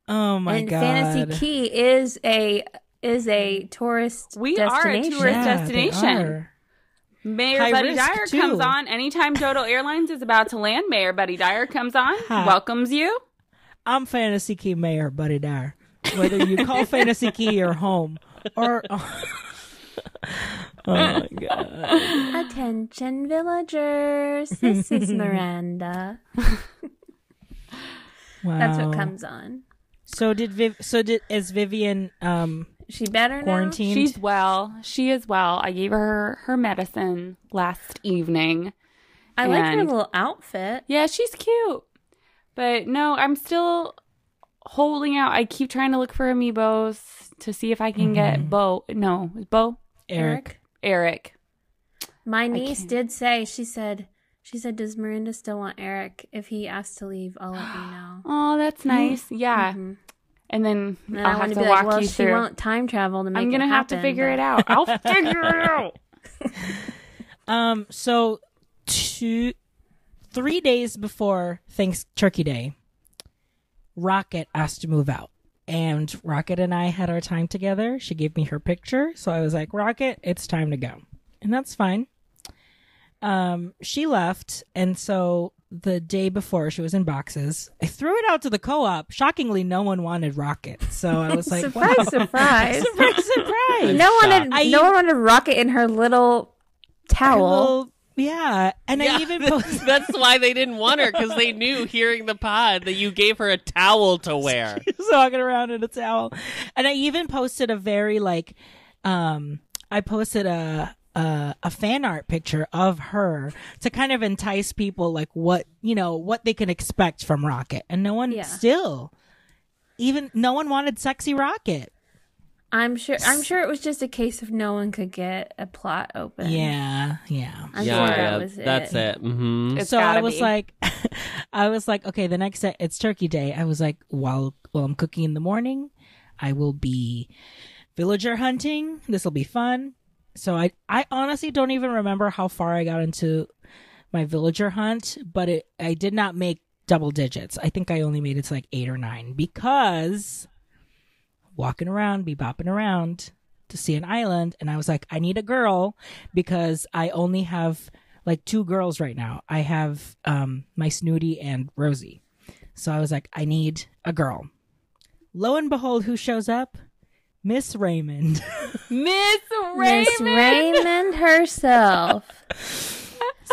[SPEAKER 1] oh my
[SPEAKER 3] and
[SPEAKER 1] god,
[SPEAKER 3] Fantasy Key is a is a tourist.
[SPEAKER 2] We are a
[SPEAKER 3] destination.
[SPEAKER 2] tourist destination.
[SPEAKER 1] they are.
[SPEAKER 2] Mayor
[SPEAKER 1] High
[SPEAKER 2] Buddy
[SPEAKER 1] risk,
[SPEAKER 2] Dyer
[SPEAKER 1] too.
[SPEAKER 2] comes on anytime Total Airlines is about to land. Mayor Buddy Dyer comes on,
[SPEAKER 1] Ha.
[SPEAKER 2] welcomes you.
[SPEAKER 1] I'm Fantasy Key Mayor Buddy Dyer. Whether you call Fantasy Key your home or oh my god,
[SPEAKER 3] Attention, villagers! This is Miranda.
[SPEAKER 1] wow.
[SPEAKER 3] That's what comes on.
[SPEAKER 1] So did Viv? So did is Vivian um
[SPEAKER 3] She better now.
[SPEAKER 1] quarantined?
[SPEAKER 2] She's well. She is well. I gave her her medicine last evening.
[SPEAKER 3] I like her
[SPEAKER 2] And-
[SPEAKER 3] little outfit.
[SPEAKER 2] Yeah, she's cute. But no, I'm still holding out. I keep trying to look for amiibos to see if I can
[SPEAKER 3] Mm-hmm.
[SPEAKER 2] get Bo. No, is Bo?
[SPEAKER 1] Eric.
[SPEAKER 2] Eric.
[SPEAKER 3] My niece did say she said she said, "Does Miranda still want Eric? If he asks to leave, I'll let you know."
[SPEAKER 2] Oh, that's nice. Yeah.
[SPEAKER 3] Mhm.
[SPEAKER 2] And then
[SPEAKER 3] Mm-hmm.
[SPEAKER 2] I'll
[SPEAKER 3] And then I
[SPEAKER 2] have
[SPEAKER 3] want
[SPEAKER 2] to
[SPEAKER 3] to be
[SPEAKER 2] walk
[SPEAKER 3] like, "Well,
[SPEAKER 2] you
[SPEAKER 3] she
[SPEAKER 2] through.
[SPEAKER 3] won't time travel to make
[SPEAKER 2] I'm
[SPEAKER 3] it
[SPEAKER 2] gonna have to
[SPEAKER 3] happen,
[SPEAKER 2] figure
[SPEAKER 3] but-
[SPEAKER 2] it out. I'll figure it out.
[SPEAKER 1] Um, so two, three days before Thanks Turkey Day, Rocket asked to move out, and Rocket and I had our time together. She gave me her picture, so I was like, "Rocket, it's time to go," and that's fine. Um, she left, and so the day before she was in boxes. I threw it out to the co-op. Shockingly, no one wanted Rocket, so I was like,
[SPEAKER 3] surprise,
[SPEAKER 1] wow.
[SPEAKER 3] surprise.
[SPEAKER 1] surprise, surprise.
[SPEAKER 3] no one,
[SPEAKER 4] shocked.
[SPEAKER 3] had,
[SPEAKER 1] I-
[SPEAKER 3] no one wanted Rocket in her little
[SPEAKER 1] I
[SPEAKER 3] towel.
[SPEAKER 1] will- yeah, and I even posted.
[SPEAKER 4] that's why they didn't want her because they knew hearing the pod that you gave her a towel to wear.
[SPEAKER 1] was walking around in a towel. And I even posted a very like um I posted a a, a fan art picture of her to kind of entice people like what you know what they can expect from Rocket. And no one
[SPEAKER 3] Yeah.
[SPEAKER 1] still even no one wanted sexy Rocket.
[SPEAKER 3] I'm sure. I'm sure it was just a case of no one could get a plot open.
[SPEAKER 1] Yeah, yeah.
[SPEAKER 3] I'm
[SPEAKER 4] yeah,
[SPEAKER 3] sure
[SPEAKER 4] yeah,
[SPEAKER 3] that was it.
[SPEAKER 4] that's it. hmm
[SPEAKER 2] It's
[SPEAKER 1] so I
[SPEAKER 2] gotta
[SPEAKER 1] was
[SPEAKER 2] be.
[SPEAKER 1] like, I was like, okay, the next day it's Turkey Day. I was like, while while I'm cooking in the morning, I will be villager hunting. This will be fun. So I I honestly don't even remember how far I got into my villager hunt, but it I did not make double digits. I think I only made it to like eight or nine because walking around, be bopping around to see an island, and I was like, I need a girl because I only have like two girls right now. I have um my Snooty and Rosie. So I was like, I need a girl. Lo and behold, who shows up? Miss Raymond.
[SPEAKER 2] Miss Raymond.
[SPEAKER 3] Miss Raymond herself.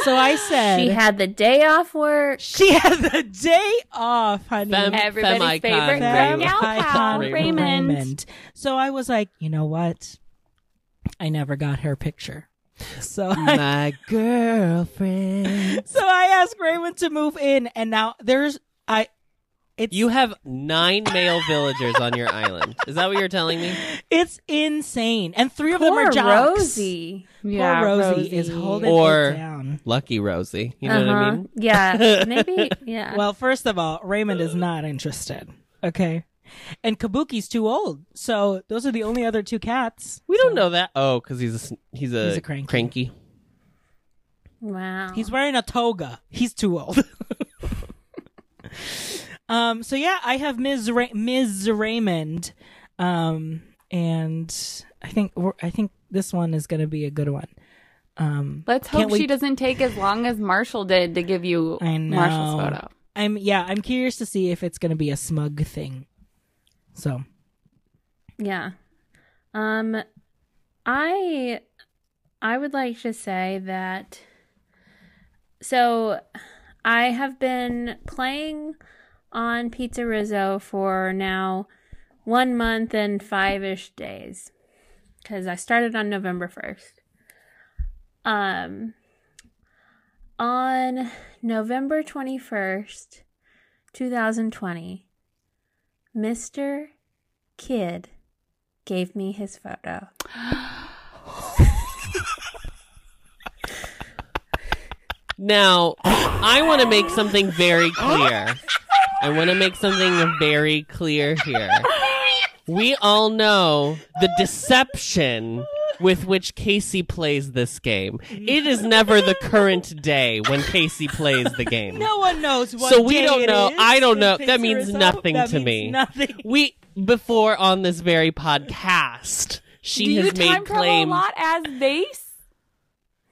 [SPEAKER 1] so I said
[SPEAKER 3] she had the day off work.
[SPEAKER 1] she had the day off, honey.
[SPEAKER 4] Fem-
[SPEAKER 2] Everybody's
[SPEAKER 4] Fem icon,
[SPEAKER 2] favorite
[SPEAKER 1] Fem
[SPEAKER 2] Fem
[SPEAKER 4] Raymond.
[SPEAKER 2] gal pal,
[SPEAKER 1] icon
[SPEAKER 2] Raymond.
[SPEAKER 1] So I was like, you know what? I never got her picture. So I
[SPEAKER 4] My girlfriend.
[SPEAKER 1] so I asked Raymond to move in and now there's I it's
[SPEAKER 4] You have nine male villagers on your island. Is that what you're telling me?
[SPEAKER 1] it's insane. And three of them
[SPEAKER 3] Poor
[SPEAKER 1] are jocks.
[SPEAKER 3] Rosie.
[SPEAKER 1] Poor Rosie, is holding
[SPEAKER 4] Or-
[SPEAKER 1] it down.
[SPEAKER 4] Lucky Rosie. You know what
[SPEAKER 3] Uh-huh.
[SPEAKER 4] I mean?
[SPEAKER 3] Yeah, maybe. Yeah.
[SPEAKER 1] Well, first of all, Raymond is not interested. Okay. And Kabuki's too old. So those are the only other two cats.
[SPEAKER 4] We don't know that. Oh, because he's a sn- he's a,
[SPEAKER 1] He's a cranky.
[SPEAKER 3] wow.
[SPEAKER 1] He's wearing a toga. He's too old. um. So yeah, I have Ms. Ra- Ms. Raymond, um, and I think we're- I think this one is going to be a good one. Um,
[SPEAKER 2] Let's
[SPEAKER 1] Can't
[SPEAKER 2] hope
[SPEAKER 1] wait-
[SPEAKER 2] she doesn't take as long as Marshall did to give you
[SPEAKER 1] I know.
[SPEAKER 2] Marshall's photo.
[SPEAKER 1] I'm yeah. I'm curious to see if it's going to be a smug thing. So
[SPEAKER 3] Yeah. Um I I would like to say that so I have been playing on Pizza Rizzo for now one month and five ish days. Cause I started on November first. Um on November twenty first, two thousand twenty, Mr kid gave me his photo.
[SPEAKER 4] Now, I want to make something very clear. I want to make something very clear here. We all know the deception with which Casey plays this game. It is never the current day when Casey plays the game.
[SPEAKER 1] no one knows. What
[SPEAKER 4] So we
[SPEAKER 1] day
[SPEAKER 4] don't
[SPEAKER 1] it
[SPEAKER 4] know.
[SPEAKER 1] is.
[SPEAKER 4] I don't know.
[SPEAKER 1] The
[SPEAKER 4] That
[SPEAKER 1] picture
[SPEAKER 4] means
[SPEAKER 1] is up.
[SPEAKER 4] nothing
[SPEAKER 1] That
[SPEAKER 4] to
[SPEAKER 1] means
[SPEAKER 4] me.
[SPEAKER 1] Nothing.
[SPEAKER 4] We before on this very podcast, she
[SPEAKER 2] Do you
[SPEAKER 4] has
[SPEAKER 2] time
[SPEAKER 4] made
[SPEAKER 2] travel
[SPEAKER 4] claims.
[SPEAKER 2] a lot as Vase?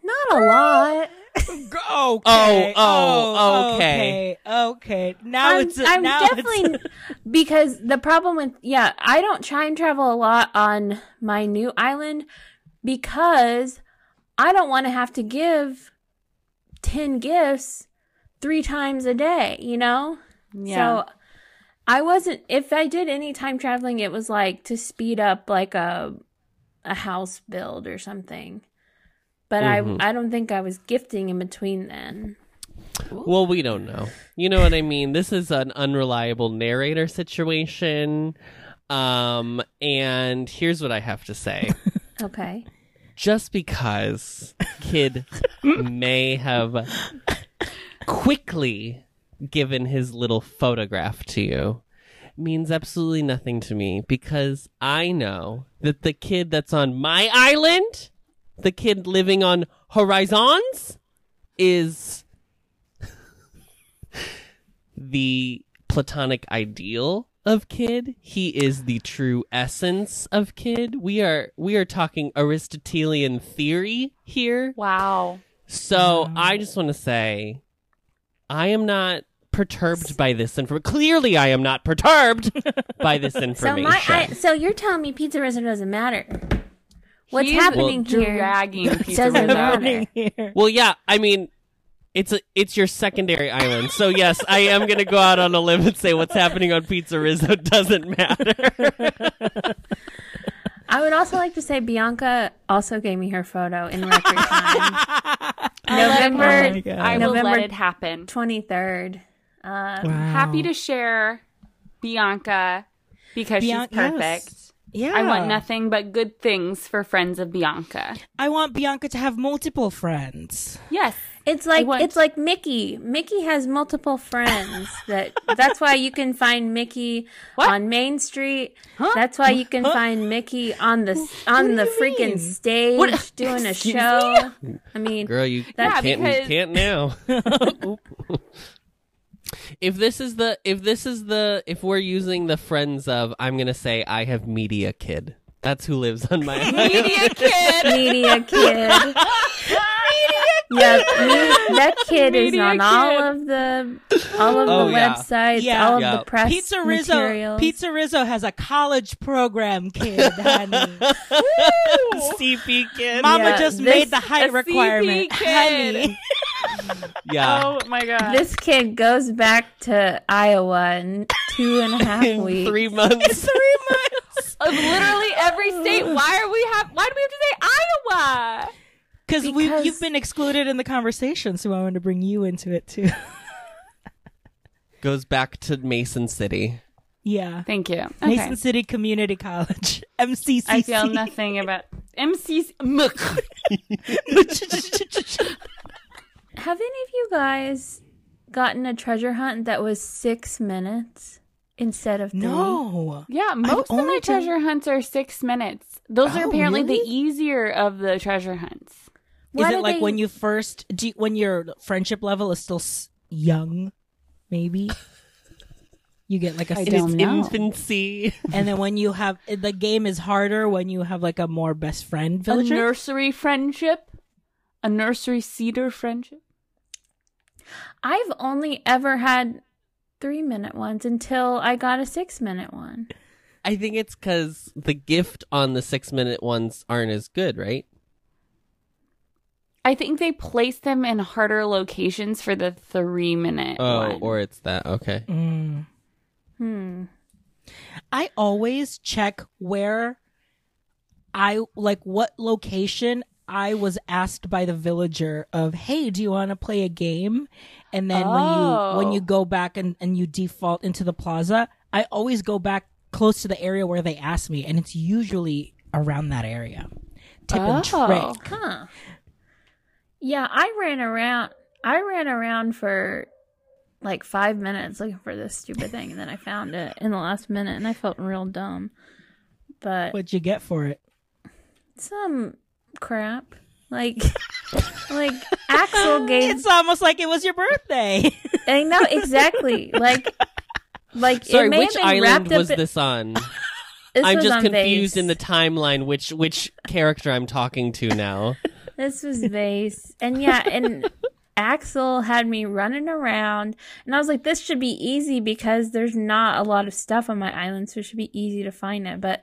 [SPEAKER 3] Not a lot.
[SPEAKER 1] Okay. Oh,
[SPEAKER 4] oh, okay.
[SPEAKER 1] Okay. okay. Now
[SPEAKER 3] I'm,
[SPEAKER 1] it's a,
[SPEAKER 3] I'm
[SPEAKER 1] now
[SPEAKER 3] definitely because the problem with yeah, I don't time travel a lot on my new island because I don't want to have to give ten gifts three times a day. You know.
[SPEAKER 2] Yeah.
[SPEAKER 3] So I wasn't if I did any time traveling it was like to speed up like a a house build or something. But
[SPEAKER 1] Mm-hmm.
[SPEAKER 4] Mhm.
[SPEAKER 3] I I don't think I was gifting in between then.
[SPEAKER 4] Well, we don't know. You know what I mean? This is an unreliable narrator situation. Um, and here's what I have to say.
[SPEAKER 3] Okay.
[SPEAKER 4] Just because Kid may have quickly given his little photograph to you means absolutely nothing to me because I know that the kid that's on my island, the kid living on Horizons is the platonic ideal of kid. He is the true essence of kid. We are we are talking Aristotelian theory here.
[SPEAKER 2] Wow.
[SPEAKER 4] So
[SPEAKER 1] Wow.
[SPEAKER 4] I just want to say, I am not perturbed by this information. Clearly, I am not perturbed by this
[SPEAKER 3] So
[SPEAKER 4] information.
[SPEAKER 3] my I, so you're telling me Pizza Rizzo doesn't matter. What's
[SPEAKER 2] He's
[SPEAKER 3] happening here?
[SPEAKER 2] Dragging pizza
[SPEAKER 3] Doesn't
[SPEAKER 2] Rizzo.
[SPEAKER 3] matter.
[SPEAKER 1] happening here?
[SPEAKER 4] well, yeah, I mean, it's a, it's your secondary island. So yes, I am gonna go out on a limb and say what's happening on Pizza Rizzo doesn't matter.
[SPEAKER 3] I would also like to say Bianca also gave me her photo in record time,
[SPEAKER 1] Oh my
[SPEAKER 2] November.
[SPEAKER 1] God.
[SPEAKER 2] I will
[SPEAKER 3] November-
[SPEAKER 2] let it happen.
[SPEAKER 3] 23rd. Uh,
[SPEAKER 1] Wow.
[SPEAKER 2] Happy to share Bianca because
[SPEAKER 1] Bian-
[SPEAKER 2] she's perfect.
[SPEAKER 1] yes. Yeah.
[SPEAKER 2] I want nothing but good things for friends of Bianca.
[SPEAKER 1] I want Bianca to have multiple friends.
[SPEAKER 2] Yes.
[SPEAKER 3] It's like
[SPEAKER 2] want-
[SPEAKER 3] it's like Mickey. Mickey has multiple friends. That that's why you can find Mickey
[SPEAKER 2] What?
[SPEAKER 3] on Main Street. That's why you can find Mickey on the s- on the freaking stage
[SPEAKER 2] What-
[SPEAKER 3] doing a
[SPEAKER 2] Excuse
[SPEAKER 3] show. I mean,
[SPEAKER 4] Girl, you
[SPEAKER 3] That-
[SPEAKER 4] can't
[SPEAKER 2] Yeah, because-
[SPEAKER 4] can't now. if this is the if this is the if we're using the friends of, I'm gonna say I have media kid. That's who lives on my island.
[SPEAKER 2] Media kid.
[SPEAKER 3] media kid. Yep, me- that kid is
[SPEAKER 2] Media
[SPEAKER 3] on
[SPEAKER 2] kid.
[SPEAKER 3] all of the all of
[SPEAKER 4] Oh,
[SPEAKER 3] the
[SPEAKER 4] yeah.
[SPEAKER 3] websites,
[SPEAKER 1] Yeah.
[SPEAKER 3] all of
[SPEAKER 4] Yeah.
[SPEAKER 3] the press
[SPEAKER 1] Pizza Rizzo.
[SPEAKER 3] materials.
[SPEAKER 1] Pizza Rizzo has a college program, kid. honey.
[SPEAKER 4] CP kid.
[SPEAKER 1] Mama
[SPEAKER 3] Yeah,
[SPEAKER 1] just
[SPEAKER 3] this-
[SPEAKER 1] made the height
[SPEAKER 2] a CP
[SPEAKER 1] requirement,
[SPEAKER 2] kid.
[SPEAKER 1] honey.
[SPEAKER 4] Yeah.
[SPEAKER 2] Oh my god.
[SPEAKER 3] This kid goes back to Iowa in two and a half
[SPEAKER 4] in
[SPEAKER 3] weeks.
[SPEAKER 4] three months. three months.
[SPEAKER 2] of literally every state. Why are we have? Why do we have to say Iowa?
[SPEAKER 1] Cause we,
[SPEAKER 3] Because-
[SPEAKER 1] you've been excluded in the conversation, so I wanted to bring you into it too.
[SPEAKER 4] Goes back to Mason City.
[SPEAKER 1] yeah.
[SPEAKER 2] Thank you. Okay.
[SPEAKER 1] Mason City Community College, MCCC.
[SPEAKER 2] I feel nothing about MC's. Muck.
[SPEAKER 3] Have any of you guys gotten a treasure hunt that was six minutes instead of three?
[SPEAKER 1] no.
[SPEAKER 2] Yeah, most of
[SPEAKER 1] only
[SPEAKER 2] my
[SPEAKER 1] done-
[SPEAKER 2] treasure hunts are six minutes. Those are
[SPEAKER 1] Oh,
[SPEAKER 2] apparently the
[SPEAKER 1] really?
[SPEAKER 2] easier of the treasure hunts.
[SPEAKER 3] Why
[SPEAKER 1] is
[SPEAKER 3] do
[SPEAKER 1] it like
[SPEAKER 3] they-
[SPEAKER 1] when you first do you- when your friendship level is still s- young maybe you get like a
[SPEAKER 2] I
[SPEAKER 1] f-
[SPEAKER 2] don't
[SPEAKER 4] It's
[SPEAKER 2] know.
[SPEAKER 4] infancy.
[SPEAKER 1] and then when you have the game is harder when you have like a more best friend villager
[SPEAKER 2] A nursery friendship, a nursery cedar friendship.
[SPEAKER 3] I've only ever had three minute ones until I got a six minute one.
[SPEAKER 4] I think it's because the gift on the six minute ones aren't as good, right?
[SPEAKER 2] I think they place them in harder locations for the three minute.
[SPEAKER 4] Oh,
[SPEAKER 2] one.
[SPEAKER 4] or it's that. Okay.
[SPEAKER 1] Mm.
[SPEAKER 3] Hmm.
[SPEAKER 1] i always check where i like what location i was asked by the villager of hey do you want to play a game and then when you when
[SPEAKER 2] Oh.
[SPEAKER 1] you go back and, and you default into the plaza i always go back close to the area where they asked me and it's usually around that area tip and
[SPEAKER 2] Oh.
[SPEAKER 1] trick
[SPEAKER 3] Huh. Yeah, I ran around. I ran around for like five minutes looking for this stupid thing, and then I found it in the last minute, and I felt real dumb. But
[SPEAKER 1] what'd you get for it
[SPEAKER 3] some crap, like like Axel gave.
[SPEAKER 1] it's almost like it was your birthday
[SPEAKER 3] I know exactly. Like like
[SPEAKER 4] Sorry,
[SPEAKER 3] it may
[SPEAKER 4] which
[SPEAKER 3] have been wrapped
[SPEAKER 4] island
[SPEAKER 3] up
[SPEAKER 4] was
[SPEAKER 3] in-
[SPEAKER 4] this on?
[SPEAKER 3] this
[SPEAKER 4] I'm
[SPEAKER 3] was
[SPEAKER 4] just
[SPEAKER 3] on
[SPEAKER 4] confused
[SPEAKER 3] Vase.
[SPEAKER 4] in the timeline which which character I'm talking to now.
[SPEAKER 3] This was base. And yeah, and Axel had me running around and I was like, this should be easy because there's not a lot of stuff on my island, so it should be easy to find it. But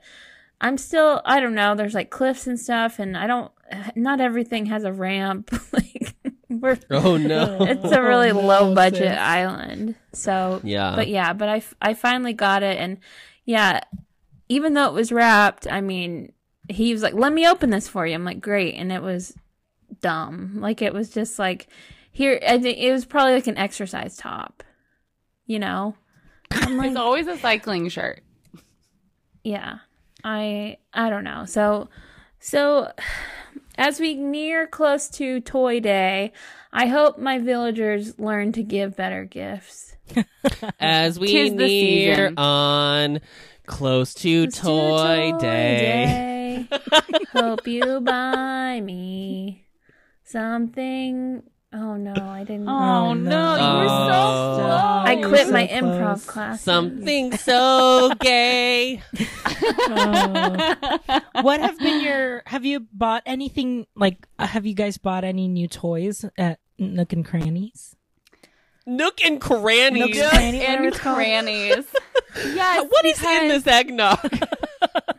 [SPEAKER 3] I'm still I don't know, there's like cliffs and stuff and I don't not everything has a ramp. like we're
[SPEAKER 4] Oh no.
[SPEAKER 3] it's a really
[SPEAKER 1] Oh, no,
[SPEAKER 3] low budget
[SPEAKER 1] sis.
[SPEAKER 3] island. So
[SPEAKER 4] Yeah.
[SPEAKER 3] but yeah, but I, f- I finally got it. And yeah, even though it was wrapped, I mean, he was like, let me open this for you. I'm like, great. And it was dumb. Like, it was just like, here, I think it was probably like an exercise top, you know? I'm like,
[SPEAKER 2] It's always a cycling shirt.
[SPEAKER 3] yeah i i don't know so so as we near close to toy day i hope my villagers learn to give better gifts
[SPEAKER 4] As we
[SPEAKER 2] Tis the
[SPEAKER 4] near
[SPEAKER 2] season.
[SPEAKER 4] on close to
[SPEAKER 3] It's to
[SPEAKER 4] toy, day.
[SPEAKER 3] day. hope you buy me Something. Oh no, I didn't.
[SPEAKER 1] Oh,
[SPEAKER 2] Oh,
[SPEAKER 1] no.
[SPEAKER 2] no, you were
[SPEAKER 4] Oh.
[SPEAKER 2] so slow.
[SPEAKER 3] I
[SPEAKER 1] you're
[SPEAKER 3] quit
[SPEAKER 1] so
[SPEAKER 3] my
[SPEAKER 1] close.
[SPEAKER 3] improv class.
[SPEAKER 4] Something so gay.
[SPEAKER 1] Oh. what have been your? Have you bought anything? Like, uh, have you guys bought any new toys at Nook and Crannies?
[SPEAKER 4] Nook and crannies.
[SPEAKER 1] Nook Cranny, whatever
[SPEAKER 2] and
[SPEAKER 1] it's called.
[SPEAKER 2] crannies. yes.
[SPEAKER 4] What is in
[SPEAKER 2] because
[SPEAKER 4] this eggnog?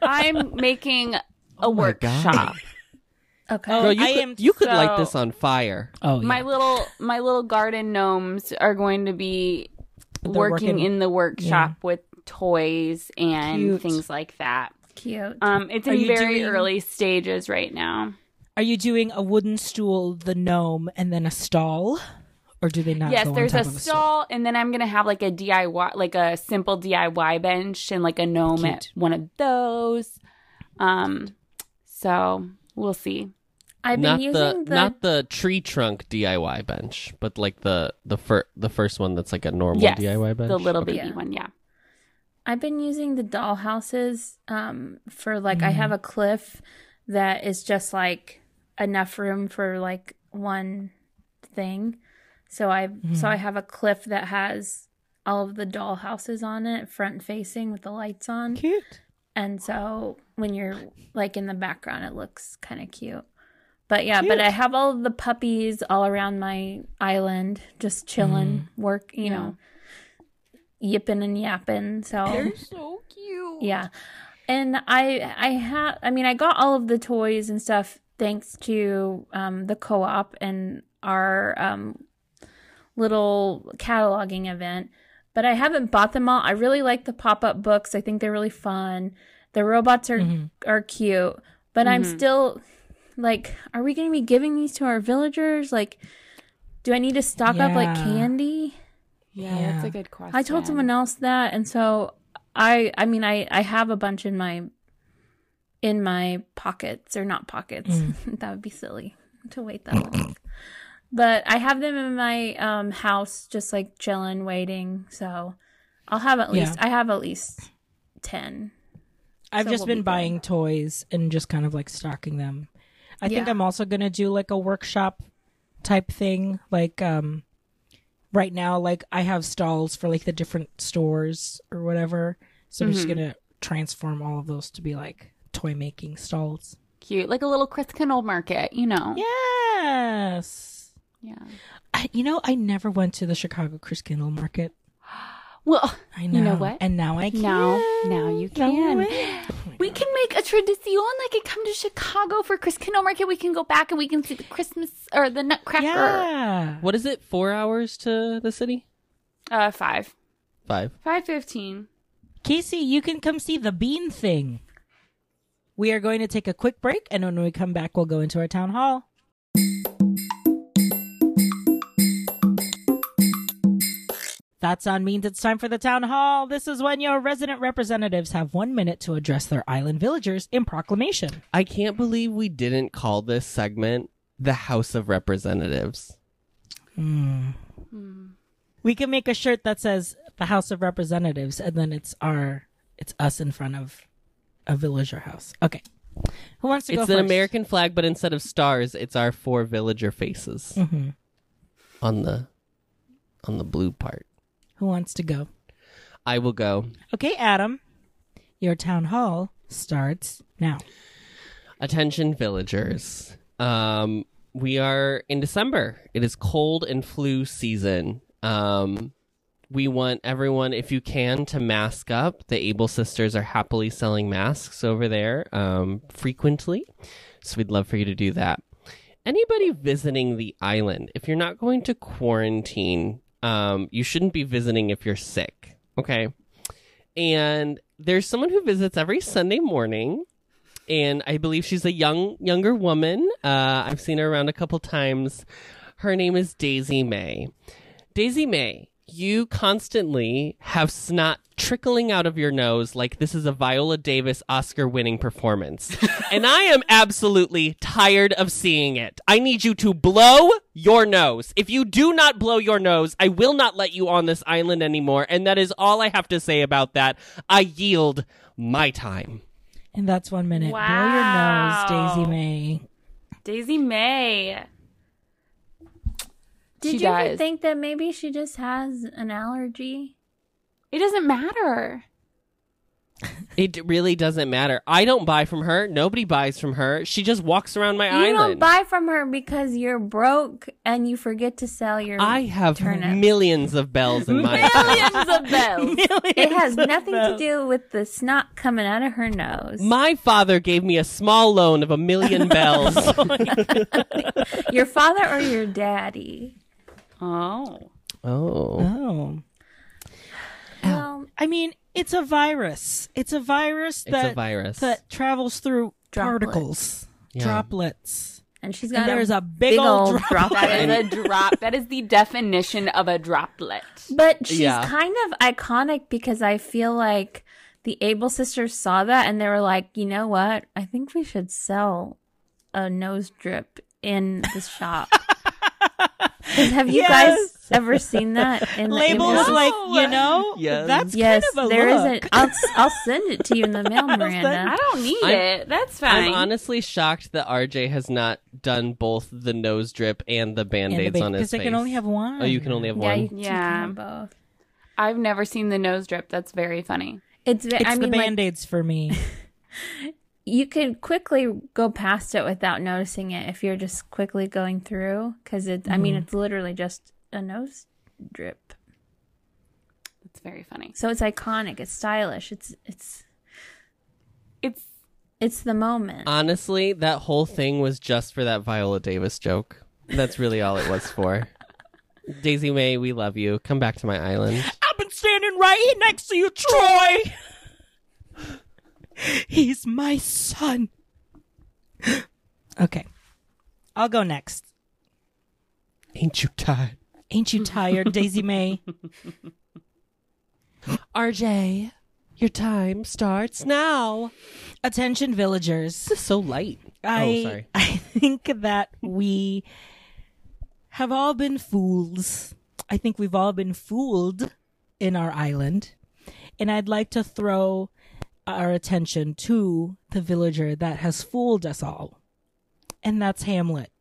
[SPEAKER 2] I'm making a
[SPEAKER 4] my God.
[SPEAKER 2] workshop.
[SPEAKER 3] Okay.
[SPEAKER 1] Oh,
[SPEAKER 4] Girl, you
[SPEAKER 1] I
[SPEAKER 4] could,
[SPEAKER 1] am
[SPEAKER 4] you could light
[SPEAKER 2] so-
[SPEAKER 4] this on fire.
[SPEAKER 1] Oh, yeah.
[SPEAKER 2] My little my little garden gnomes are going to be
[SPEAKER 1] They're
[SPEAKER 2] working,
[SPEAKER 1] working-
[SPEAKER 2] in the workshop with toys and
[SPEAKER 1] Cute.
[SPEAKER 2] things like that.
[SPEAKER 3] Cute.
[SPEAKER 4] uh,
[SPEAKER 2] Um, it's
[SPEAKER 1] Are you
[SPEAKER 2] in very
[SPEAKER 1] doing-
[SPEAKER 2] early stages right now.
[SPEAKER 1] Are you doing a wooden stool, the gnome, and then a stall, or do they not?
[SPEAKER 2] yes,
[SPEAKER 1] go on
[SPEAKER 2] there's
[SPEAKER 1] top
[SPEAKER 2] a
[SPEAKER 1] of
[SPEAKER 2] stall, and then I'm gonna have like a DIY, like a simple DIY bench, and like a gnome at
[SPEAKER 1] Cute.
[SPEAKER 2] one of those. Um, so we'll see.
[SPEAKER 3] I've
[SPEAKER 4] not
[SPEAKER 3] been using
[SPEAKER 4] the, not the tree trunk DIY bench, but like the the fir- the first one that's like a normal
[SPEAKER 2] yes,
[SPEAKER 4] DIY bench.
[SPEAKER 2] the little
[SPEAKER 4] Okay.
[SPEAKER 2] baby
[SPEAKER 3] Yeah.
[SPEAKER 2] one, yeah.
[SPEAKER 3] I've been using the dollhouses um, for like I have a cliff that is just like enough room for like one thing. So I so I have a cliff that has all of the dollhouses on it, front facing with the lights on,
[SPEAKER 1] Cute.
[SPEAKER 3] and so when you're like in the background, it looks kind of cute. But yeah, but I have all of the puppies all around my island, just chilling, work, you
[SPEAKER 2] Yeah.
[SPEAKER 3] know, yipping and yapping. So
[SPEAKER 1] Oh.
[SPEAKER 2] so cute.
[SPEAKER 3] yeah and i i have i mean i got all of the toys and stuff thanks to um the co-op and our um little cataloging event but i haven't bought them all i really like the pop-up books i think they're really fun the robots are
[SPEAKER 1] Mhm.
[SPEAKER 3] are cute but i'm
[SPEAKER 2] Mhm.
[SPEAKER 3] still like are we going to be giving these to our villagers like do i need to stock up like
[SPEAKER 1] Yeah.
[SPEAKER 3] candy
[SPEAKER 2] yeah, that's a good question.
[SPEAKER 3] I told someone else that, and so I I mean I I have a bunch in my in my pockets or not pockets. that would be silly to wait that long. But I have them in my um, house, just like chilling, waiting. So I'll have at
[SPEAKER 1] Yeah.
[SPEAKER 3] least I have at least ten.
[SPEAKER 1] I've
[SPEAKER 3] So
[SPEAKER 1] just
[SPEAKER 3] we'll
[SPEAKER 1] been
[SPEAKER 3] be good.
[SPEAKER 1] buying toys and just kind of like stocking them. I think
[SPEAKER 3] Yeah.
[SPEAKER 1] I'm also gonna do like a workshop type thing. Like um right now, like I have stalls for like the different stores or whatever. So I'm just
[SPEAKER 3] Mm-hmm.
[SPEAKER 1] gonna transform all of those to be like toy making stalls.
[SPEAKER 2] cute, like a little Chris Kennel market, you know.
[SPEAKER 1] Yes.
[SPEAKER 2] Yeah.
[SPEAKER 1] I, you know, I never went to the Chicago Chris Kindle market.
[SPEAKER 2] Well,
[SPEAKER 1] I know.
[SPEAKER 2] You know what?
[SPEAKER 1] And now I can.
[SPEAKER 2] now now you
[SPEAKER 1] Now I
[SPEAKER 2] can. We can make a tradition. I can come to Chicago for Chris Kennel Market. We can go back and we can see the Christmas or the Nutcracker.
[SPEAKER 1] Yeah.
[SPEAKER 4] What is it? Four hours to the city?
[SPEAKER 2] Uh, five.
[SPEAKER 4] Five.
[SPEAKER 2] Five fifteen.
[SPEAKER 1] Casey, you can come see the bean thing. We are going to take a quick break, and when we come back, we'll go into our town hall. That's on means it's time for the town hall. This is when your resident representatives have one minute to address their island villagers in proclamation.
[SPEAKER 4] I can't believe we didn't call this segment the House of Representatives.
[SPEAKER 1] We can make a shirt that says the House of Representatives, and then it's our, it's us in front of a villager house. Okay, who wants to go
[SPEAKER 4] It's
[SPEAKER 1] first?
[SPEAKER 4] an American flag, but instead of stars, it's our four villager faces
[SPEAKER 1] Mhm.
[SPEAKER 4] on the on the blue part.
[SPEAKER 1] Who wants to go?
[SPEAKER 4] I will go.
[SPEAKER 1] Okay, Adam, your town hall starts now.
[SPEAKER 4] Attention villagers. Um we are in December. It is cold and flu season. Um we want everyone if you can to mask up. The Able Sisters are happily selling masks over there um frequently. So we'd love for you to do that. Anybody visiting the island, if you're not going to quarantine, um you shouldn't be visiting if you're sick, okay? And there's someone who visits every Sunday morning and I believe she's a young younger woman. Uh, I've seen her around a couple times. Her name is Daisy May. Daisy May, you constantly have snot trickling out of your nose like this is a Viola Davis Oscar winning performance. and I am absolutely tired of seeing it. I need you to blow your nose. If you do not blow your nose, I will not let you on this island anymore. And that is all I have to say about that. I yield my time.
[SPEAKER 1] And that's one minute. Blow your nose,
[SPEAKER 2] Wow.
[SPEAKER 1] Daisy May.
[SPEAKER 2] Daisy May.
[SPEAKER 3] Did
[SPEAKER 2] She
[SPEAKER 3] you ever
[SPEAKER 2] does.
[SPEAKER 3] think that maybe she just has an allergy?
[SPEAKER 2] It doesn't matter.
[SPEAKER 4] It d- really doesn't matter. I don't buy from her. Nobody buys from her. She just walks around my
[SPEAKER 3] You
[SPEAKER 4] island.
[SPEAKER 3] don't buy from her because you're broke and you forget to sell your.
[SPEAKER 4] I have
[SPEAKER 3] turnips.
[SPEAKER 4] millions of bells in my account.
[SPEAKER 2] Millions of bells.
[SPEAKER 3] it has nothing to do with the snot coming out of her nose.
[SPEAKER 4] My father gave me a small loan of a million bells.
[SPEAKER 3] your father or your daddy?
[SPEAKER 2] Oh.
[SPEAKER 4] oh.
[SPEAKER 1] Oh.
[SPEAKER 3] Well,
[SPEAKER 1] I mean, it's a virus. It's a virus
[SPEAKER 4] It's
[SPEAKER 1] that
[SPEAKER 4] a virus.
[SPEAKER 1] that travels through
[SPEAKER 3] Droplets.
[SPEAKER 1] particles,
[SPEAKER 4] Yeah.
[SPEAKER 1] droplets.
[SPEAKER 3] and she's got
[SPEAKER 1] And there's a big,
[SPEAKER 3] big
[SPEAKER 1] old,
[SPEAKER 3] old
[SPEAKER 1] drop.
[SPEAKER 3] droplet.
[SPEAKER 2] That is a drop. That is the definition of a droplet.
[SPEAKER 3] But she's
[SPEAKER 4] Yeah.
[SPEAKER 3] kind of iconic because I feel like the Abel sisters saw that and they were like, you know what? I think we should sell a nose drip in the shop. 'Cause have you
[SPEAKER 1] Yes.
[SPEAKER 3] guys ever seen that in the
[SPEAKER 1] Label
[SPEAKER 3] Abel
[SPEAKER 1] was
[SPEAKER 3] sisters?
[SPEAKER 1] like, you know,
[SPEAKER 4] Yes.
[SPEAKER 1] that's
[SPEAKER 3] Yes,
[SPEAKER 1] kind of a
[SPEAKER 3] there is
[SPEAKER 1] look.
[SPEAKER 3] an. I'll, I'll send it to you in the mail,
[SPEAKER 2] I
[SPEAKER 3] Miranda.
[SPEAKER 2] don't need
[SPEAKER 4] I'm-
[SPEAKER 2] it. That's fine.
[SPEAKER 4] I'm honestly shocked that RJ has not done both the nose drip and the
[SPEAKER 1] And the
[SPEAKER 4] band-aids
[SPEAKER 1] baby-
[SPEAKER 4] on his
[SPEAKER 1] because
[SPEAKER 4] face.
[SPEAKER 1] they can only have one.
[SPEAKER 4] Oh, you can only have
[SPEAKER 3] Yeah,
[SPEAKER 4] one.
[SPEAKER 3] you can
[SPEAKER 2] Yeah.
[SPEAKER 3] have both.
[SPEAKER 2] I've never seen the nose drip. That's very funny.
[SPEAKER 3] It's, ve-
[SPEAKER 1] It's
[SPEAKER 3] I
[SPEAKER 1] the
[SPEAKER 3] mean, like,
[SPEAKER 1] band aids for me.
[SPEAKER 3] you could quickly go past it without noticing it if you're just quickly going through because it i
[SPEAKER 1] Mm-hmm.
[SPEAKER 3] mean it's literally just a nose drip
[SPEAKER 2] That's very funny.
[SPEAKER 3] so it's iconic it's stylish it's it's
[SPEAKER 2] It's
[SPEAKER 3] it's the moment
[SPEAKER 1] Uh,
[SPEAKER 4] Honestly, that whole thing was just for that Viola Davis joke. That's really all it was for. Daisy May, we love you. Come back to my island.
[SPEAKER 1] I've been standing right here next to you, Troy. He's my son. Okay. I'll go next.
[SPEAKER 4] Ain't you tired?
[SPEAKER 1] Ain't you tired, Daisy May?
[SPEAKER 4] RJ, your time starts now.
[SPEAKER 1] Attention, villagers.
[SPEAKER 4] This is so light.
[SPEAKER 1] I,
[SPEAKER 4] oh, sorry.
[SPEAKER 1] I think that we have all been fools. I think we've all been fooled in our island. And I'd like to throw our attention to the villager that has fooled us all. And that's Hamlet.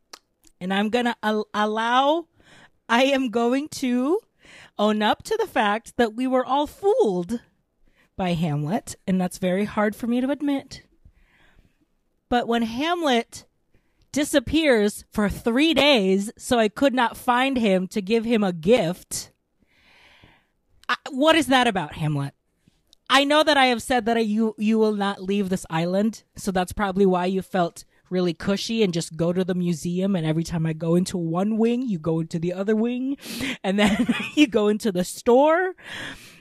[SPEAKER 1] And I'm going to al- allow, I am going to own up to the fact that we were all fooled by Hamlet. And that's very hard for me to admit. But when Hamlet disappears for three days, so I could not find him to give him a gift, I, what is that about, Hamlet? I know that I have said that I, you you will not leave this island, so that's probably why you felt really cushy and just go to the museum. And every time I go into one wing, you go into the other wing, and then you go into the store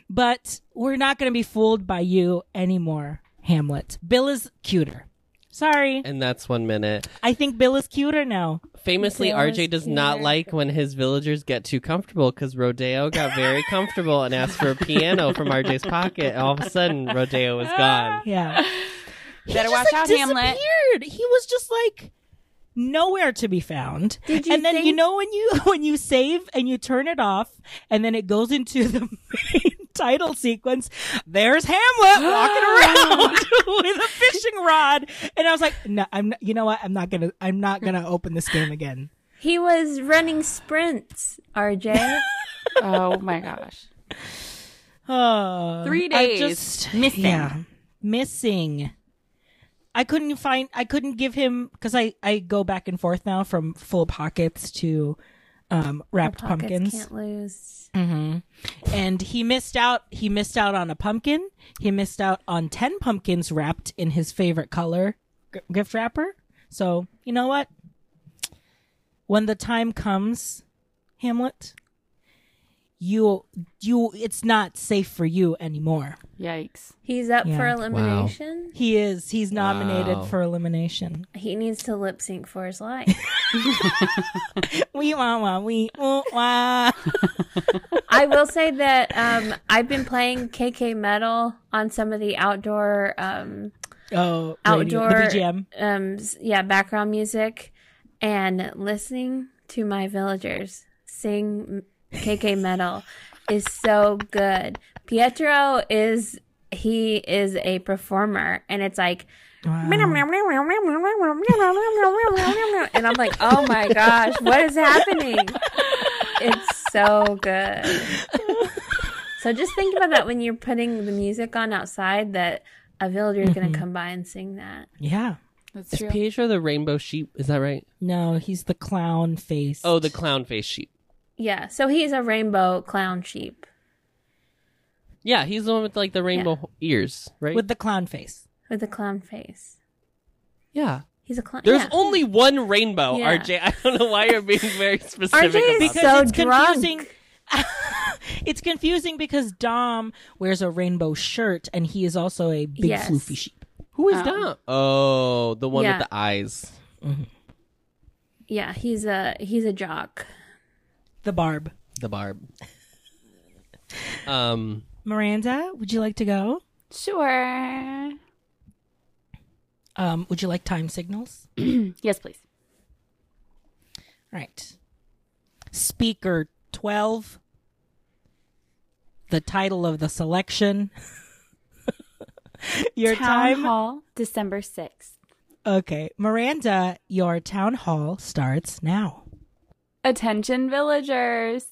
[SPEAKER 1] but we're not going to be fooled by you anymore, Hamlet. Bill is cuter. Sorry.
[SPEAKER 4] And that's one minute.
[SPEAKER 1] I think Bill is cuter now.
[SPEAKER 4] Famously,
[SPEAKER 3] Rodeo is
[SPEAKER 4] RJ does not
[SPEAKER 3] cuter.
[SPEAKER 4] like when his villagers get too comfortable because Rodeo got very comfortable and asked for a piano from RJ's pocket. And all of a sudden, Rodeo was gone.
[SPEAKER 1] Yeah.
[SPEAKER 2] better watch out, Hamlet.
[SPEAKER 1] disappeared. He was just like nowhere to be found.
[SPEAKER 3] Did you
[SPEAKER 1] and then you
[SPEAKER 3] think-
[SPEAKER 1] know when you when you save and you turn it off and then it goes into the main title sequence, there's Hamlet walking around with a fishing rod. And I was like, no, I'm not, you know what? I'm not gonna I'm not gonna open this game again.
[SPEAKER 3] he was running sprints rj
[SPEAKER 2] Oh my gosh.
[SPEAKER 1] Oh,
[SPEAKER 2] Three
[SPEAKER 1] I
[SPEAKER 2] days
[SPEAKER 1] just-
[SPEAKER 2] missing.
[SPEAKER 1] yeah, missing. I couldn't find. I couldn't give him because I I go back and forth now from full pockets to um wrapped
[SPEAKER 3] Pockets
[SPEAKER 1] pumpkins,
[SPEAKER 3] can't lose
[SPEAKER 1] and he missed out. He missed out on a pumpkin. He missed out on ten pumpkins wrapped in his favorite color g- gift wrapper. So you know what? When the time comes, Hamlet, you you it's not safe for you anymore.
[SPEAKER 2] Yikes.
[SPEAKER 3] he's up for
[SPEAKER 1] Yeah.
[SPEAKER 3] elimination
[SPEAKER 1] He is. He's nominated
[SPEAKER 4] Wow.
[SPEAKER 1] for elimination.
[SPEAKER 3] he needs to lip sync for his life
[SPEAKER 1] We wah wah we wah wah.
[SPEAKER 3] I will say that um, I've been playing KK Metal on some of the outdoor um,
[SPEAKER 1] Oh, radio-
[SPEAKER 3] outdoor
[SPEAKER 1] the BGM.
[SPEAKER 3] um s- yeah background music and listening to my villagers sing m- kk metal is so good pietro is he is a performer and it's like
[SPEAKER 1] Oh.
[SPEAKER 3] and i'm like oh my gosh what is happening It's so good. So just think about that when you're putting the music on outside that a villager is going to come by and sing that.
[SPEAKER 1] Yeah.
[SPEAKER 2] That's
[SPEAKER 4] Is
[SPEAKER 2] true.
[SPEAKER 4] Pietro the rainbow sheep? Is that right?
[SPEAKER 1] No, he's the clown face.
[SPEAKER 4] Oh, the clown face sheep.
[SPEAKER 3] Yeah. So he's a rainbow clown sheep.
[SPEAKER 4] Yeah, he's the one with like the rainbow ears, right?
[SPEAKER 1] with the clown face.
[SPEAKER 3] with a clown face.
[SPEAKER 4] yeah.
[SPEAKER 3] He's a clown.
[SPEAKER 4] There's
[SPEAKER 3] yeah.
[SPEAKER 4] only one rainbow,
[SPEAKER 3] Yeah.
[SPEAKER 4] RJ. I don't know why you're being very specific.
[SPEAKER 3] RJ is
[SPEAKER 4] about
[SPEAKER 1] Because
[SPEAKER 4] that.
[SPEAKER 3] So
[SPEAKER 1] it's
[SPEAKER 3] drunk.
[SPEAKER 1] confusing. it's confusing because Dom wears a rainbow shirt and he is also a big
[SPEAKER 3] Yes.
[SPEAKER 1] floofy sheep.
[SPEAKER 4] Who is
[SPEAKER 2] Um,
[SPEAKER 4] Dom? Oh, the one
[SPEAKER 3] Yeah.
[SPEAKER 4] with the eyes.
[SPEAKER 3] yeah, he's a he's a jock.
[SPEAKER 1] The barb.
[SPEAKER 4] The barb. Um
[SPEAKER 1] Miranda, would you like to go?
[SPEAKER 2] Sure.
[SPEAKER 1] Um, would you like time signals?
[SPEAKER 2] Yes, please.
[SPEAKER 1] All right. Speaker 12. The title of the selection. Your
[SPEAKER 2] Town
[SPEAKER 1] time.
[SPEAKER 2] Hall, December 6th.
[SPEAKER 1] Okay. Miranda, your town hall starts now.
[SPEAKER 2] Attention, villagers.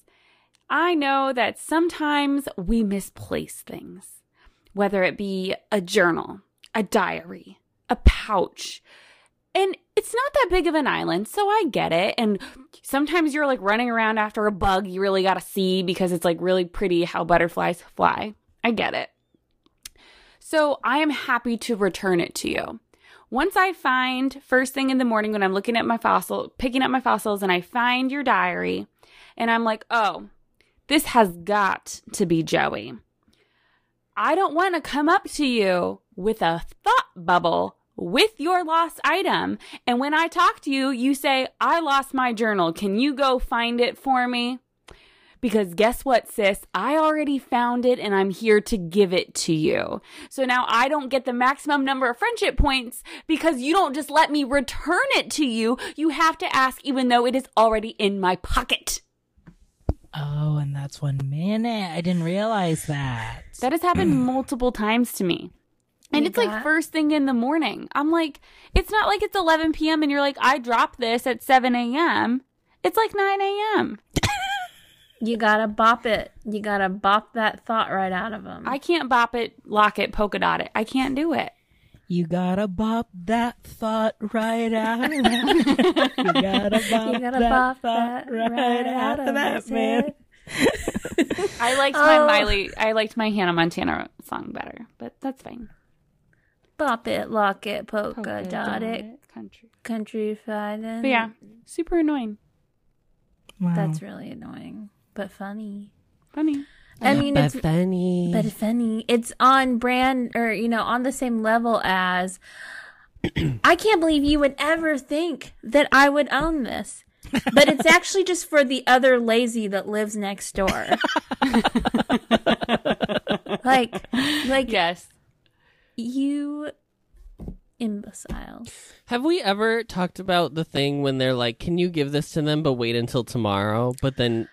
[SPEAKER 2] I know that sometimes we misplace things, whether it be a journal, a diary, a pouch. And it's not that big of an island, so I get it. And sometimes you're like running around after a bug you really got to see because it's like really pretty how butterflies fly. I get it. So I am happy to return it to you. Once I find first thing in the morning when I'm looking at my fossil, picking up my fossils, and I find your diary, and I'm like, oh, this has got to be Joey. I don't want to come up to you with a thought bubble with your lost item. And when I talk to you, you say, I lost my journal. Can you go find it for me? Because guess what, sis? I already found it and I'm here to give it to you. So now I don't get the maximum number of friendship points because you don't just let me return it to you. You have to ask, even though it is already in my pocket.
[SPEAKER 1] Oh, and that's one minute. I didn't realize that.
[SPEAKER 2] That has happened multiple times to me. And
[SPEAKER 3] You
[SPEAKER 2] it's like
[SPEAKER 3] got-
[SPEAKER 2] first thing in the morning. I'm like, it's not like it's 11 p.m. and you're like, I dropped this at 7 a.m. It's like 9 a.m.
[SPEAKER 3] You gotta bop it. You gotta bop that thought right out of him.
[SPEAKER 2] I can't bop it, lock it, polka dot it. I can't do it.
[SPEAKER 1] You gotta bop that thought right out of that. you gotta bop,
[SPEAKER 3] you gotta
[SPEAKER 1] that,
[SPEAKER 3] bop
[SPEAKER 1] thought
[SPEAKER 3] that right, out of
[SPEAKER 1] that,
[SPEAKER 3] that
[SPEAKER 1] man.
[SPEAKER 2] I liked my
[SPEAKER 3] Oh.
[SPEAKER 2] Miley, I liked my Hannah Montana song better, but that's fine.
[SPEAKER 3] Bop it, lock it, polka,
[SPEAKER 2] Polka
[SPEAKER 3] dot it,
[SPEAKER 2] country.
[SPEAKER 3] country fried and
[SPEAKER 2] But yeah, super annoying.
[SPEAKER 1] Wow.
[SPEAKER 4] Oh.
[SPEAKER 3] That's really annoying, but funny.
[SPEAKER 2] Funny.
[SPEAKER 3] I mean, it's
[SPEAKER 4] Bethany.
[SPEAKER 3] but funny. It's on brand, or you know, on the same level as. I can't believe you would ever think that I would own this. But it's actually just for the other lazy that lives next door. like, like
[SPEAKER 2] Yes.
[SPEAKER 3] you imbeciles.
[SPEAKER 4] Have we ever talked about the thing when they're like, "Can you give this to them, but wait until tomorrow?" But then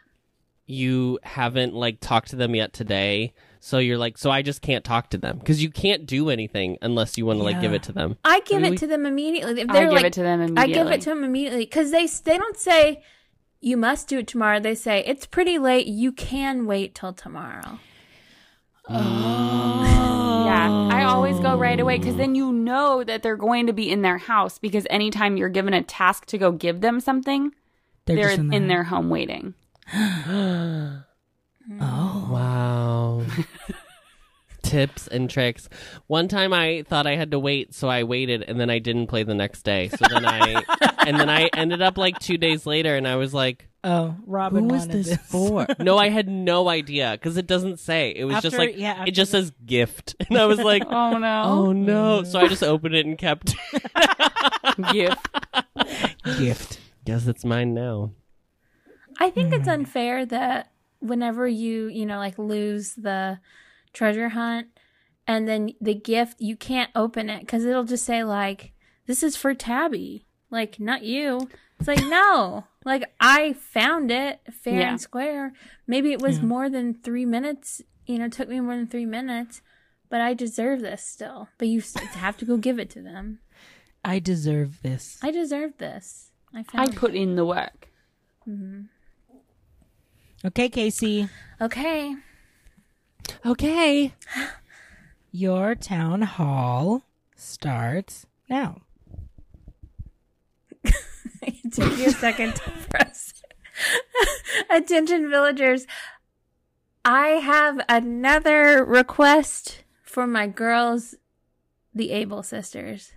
[SPEAKER 4] you haven't like talked to them yet today, so you're like, "So I just can't talk to them because you can't do anything unless you want to like give
[SPEAKER 1] Yeah.
[SPEAKER 4] it to them."
[SPEAKER 3] I give
[SPEAKER 4] Really?
[SPEAKER 3] it to them immediately. If
[SPEAKER 2] I
[SPEAKER 3] they're
[SPEAKER 2] give
[SPEAKER 3] like,
[SPEAKER 2] it to them
[SPEAKER 3] I
[SPEAKER 2] immediately.
[SPEAKER 3] give it to them immediately because they s- they don't say you must do it tomorrow. They say it's pretty late. You can wait till tomorrow.
[SPEAKER 1] Oh.
[SPEAKER 2] Yeah, I always go right away because then you know that they're going to be in their house because anytime you're given a task to go give them something, they're,
[SPEAKER 1] just
[SPEAKER 2] in,
[SPEAKER 1] the-
[SPEAKER 2] their home waiting.
[SPEAKER 1] Oh.
[SPEAKER 4] Wow. Tips and tricks. One time I thought I had to wait, so I waited and then I didn't play the next day. So then I and then I ended up like 2 days later and I was like,
[SPEAKER 1] Oh, Robin
[SPEAKER 4] "Who is
[SPEAKER 1] wanted
[SPEAKER 4] this, for?" No, I had no idea cuz it doesn't say. It was just
[SPEAKER 1] After-
[SPEAKER 4] like
[SPEAKER 1] yeah, after
[SPEAKER 4] it just says gift. And I was like,
[SPEAKER 2] Oh no.
[SPEAKER 4] "Oh no." So I just opened it and kept it.
[SPEAKER 2] Gift.
[SPEAKER 1] Gift.
[SPEAKER 4] Guess it's mine now.
[SPEAKER 3] I think it's unfair that whenever you, you know, like lose the treasure hunt and then the gift, you can't open it because it'll just say, like, this is for Tabby, like, not you. It's like, no, like, I found it fair
[SPEAKER 2] Yeah.
[SPEAKER 3] and square. Maybe it was more than three minutes, you know, took me more than three minutes, but I deserve this still. But you s- have to go give it to them.
[SPEAKER 1] I deserve this.
[SPEAKER 3] I deserve this. I
[SPEAKER 2] I
[SPEAKER 3] found
[SPEAKER 2] put in the work.
[SPEAKER 1] Okay, Casey,
[SPEAKER 3] Okay.
[SPEAKER 4] Okay.
[SPEAKER 1] your town hall starts now.
[SPEAKER 3] it took you a second to press. Attention, villagers. I have another request for my girls, the Able sisters.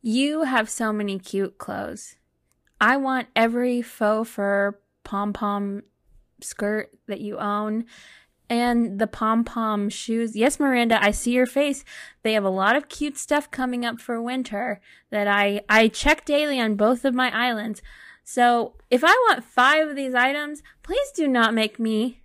[SPEAKER 3] You have so many cute clothes. I want every faux fur pom pom skirt that you own and the pom pom shoes. Yes, Miranda, I see your face. They have a lot of cute stuff coming up for winter that I I check daily on both of my islands. So, if I want 5 of these items, please do not make me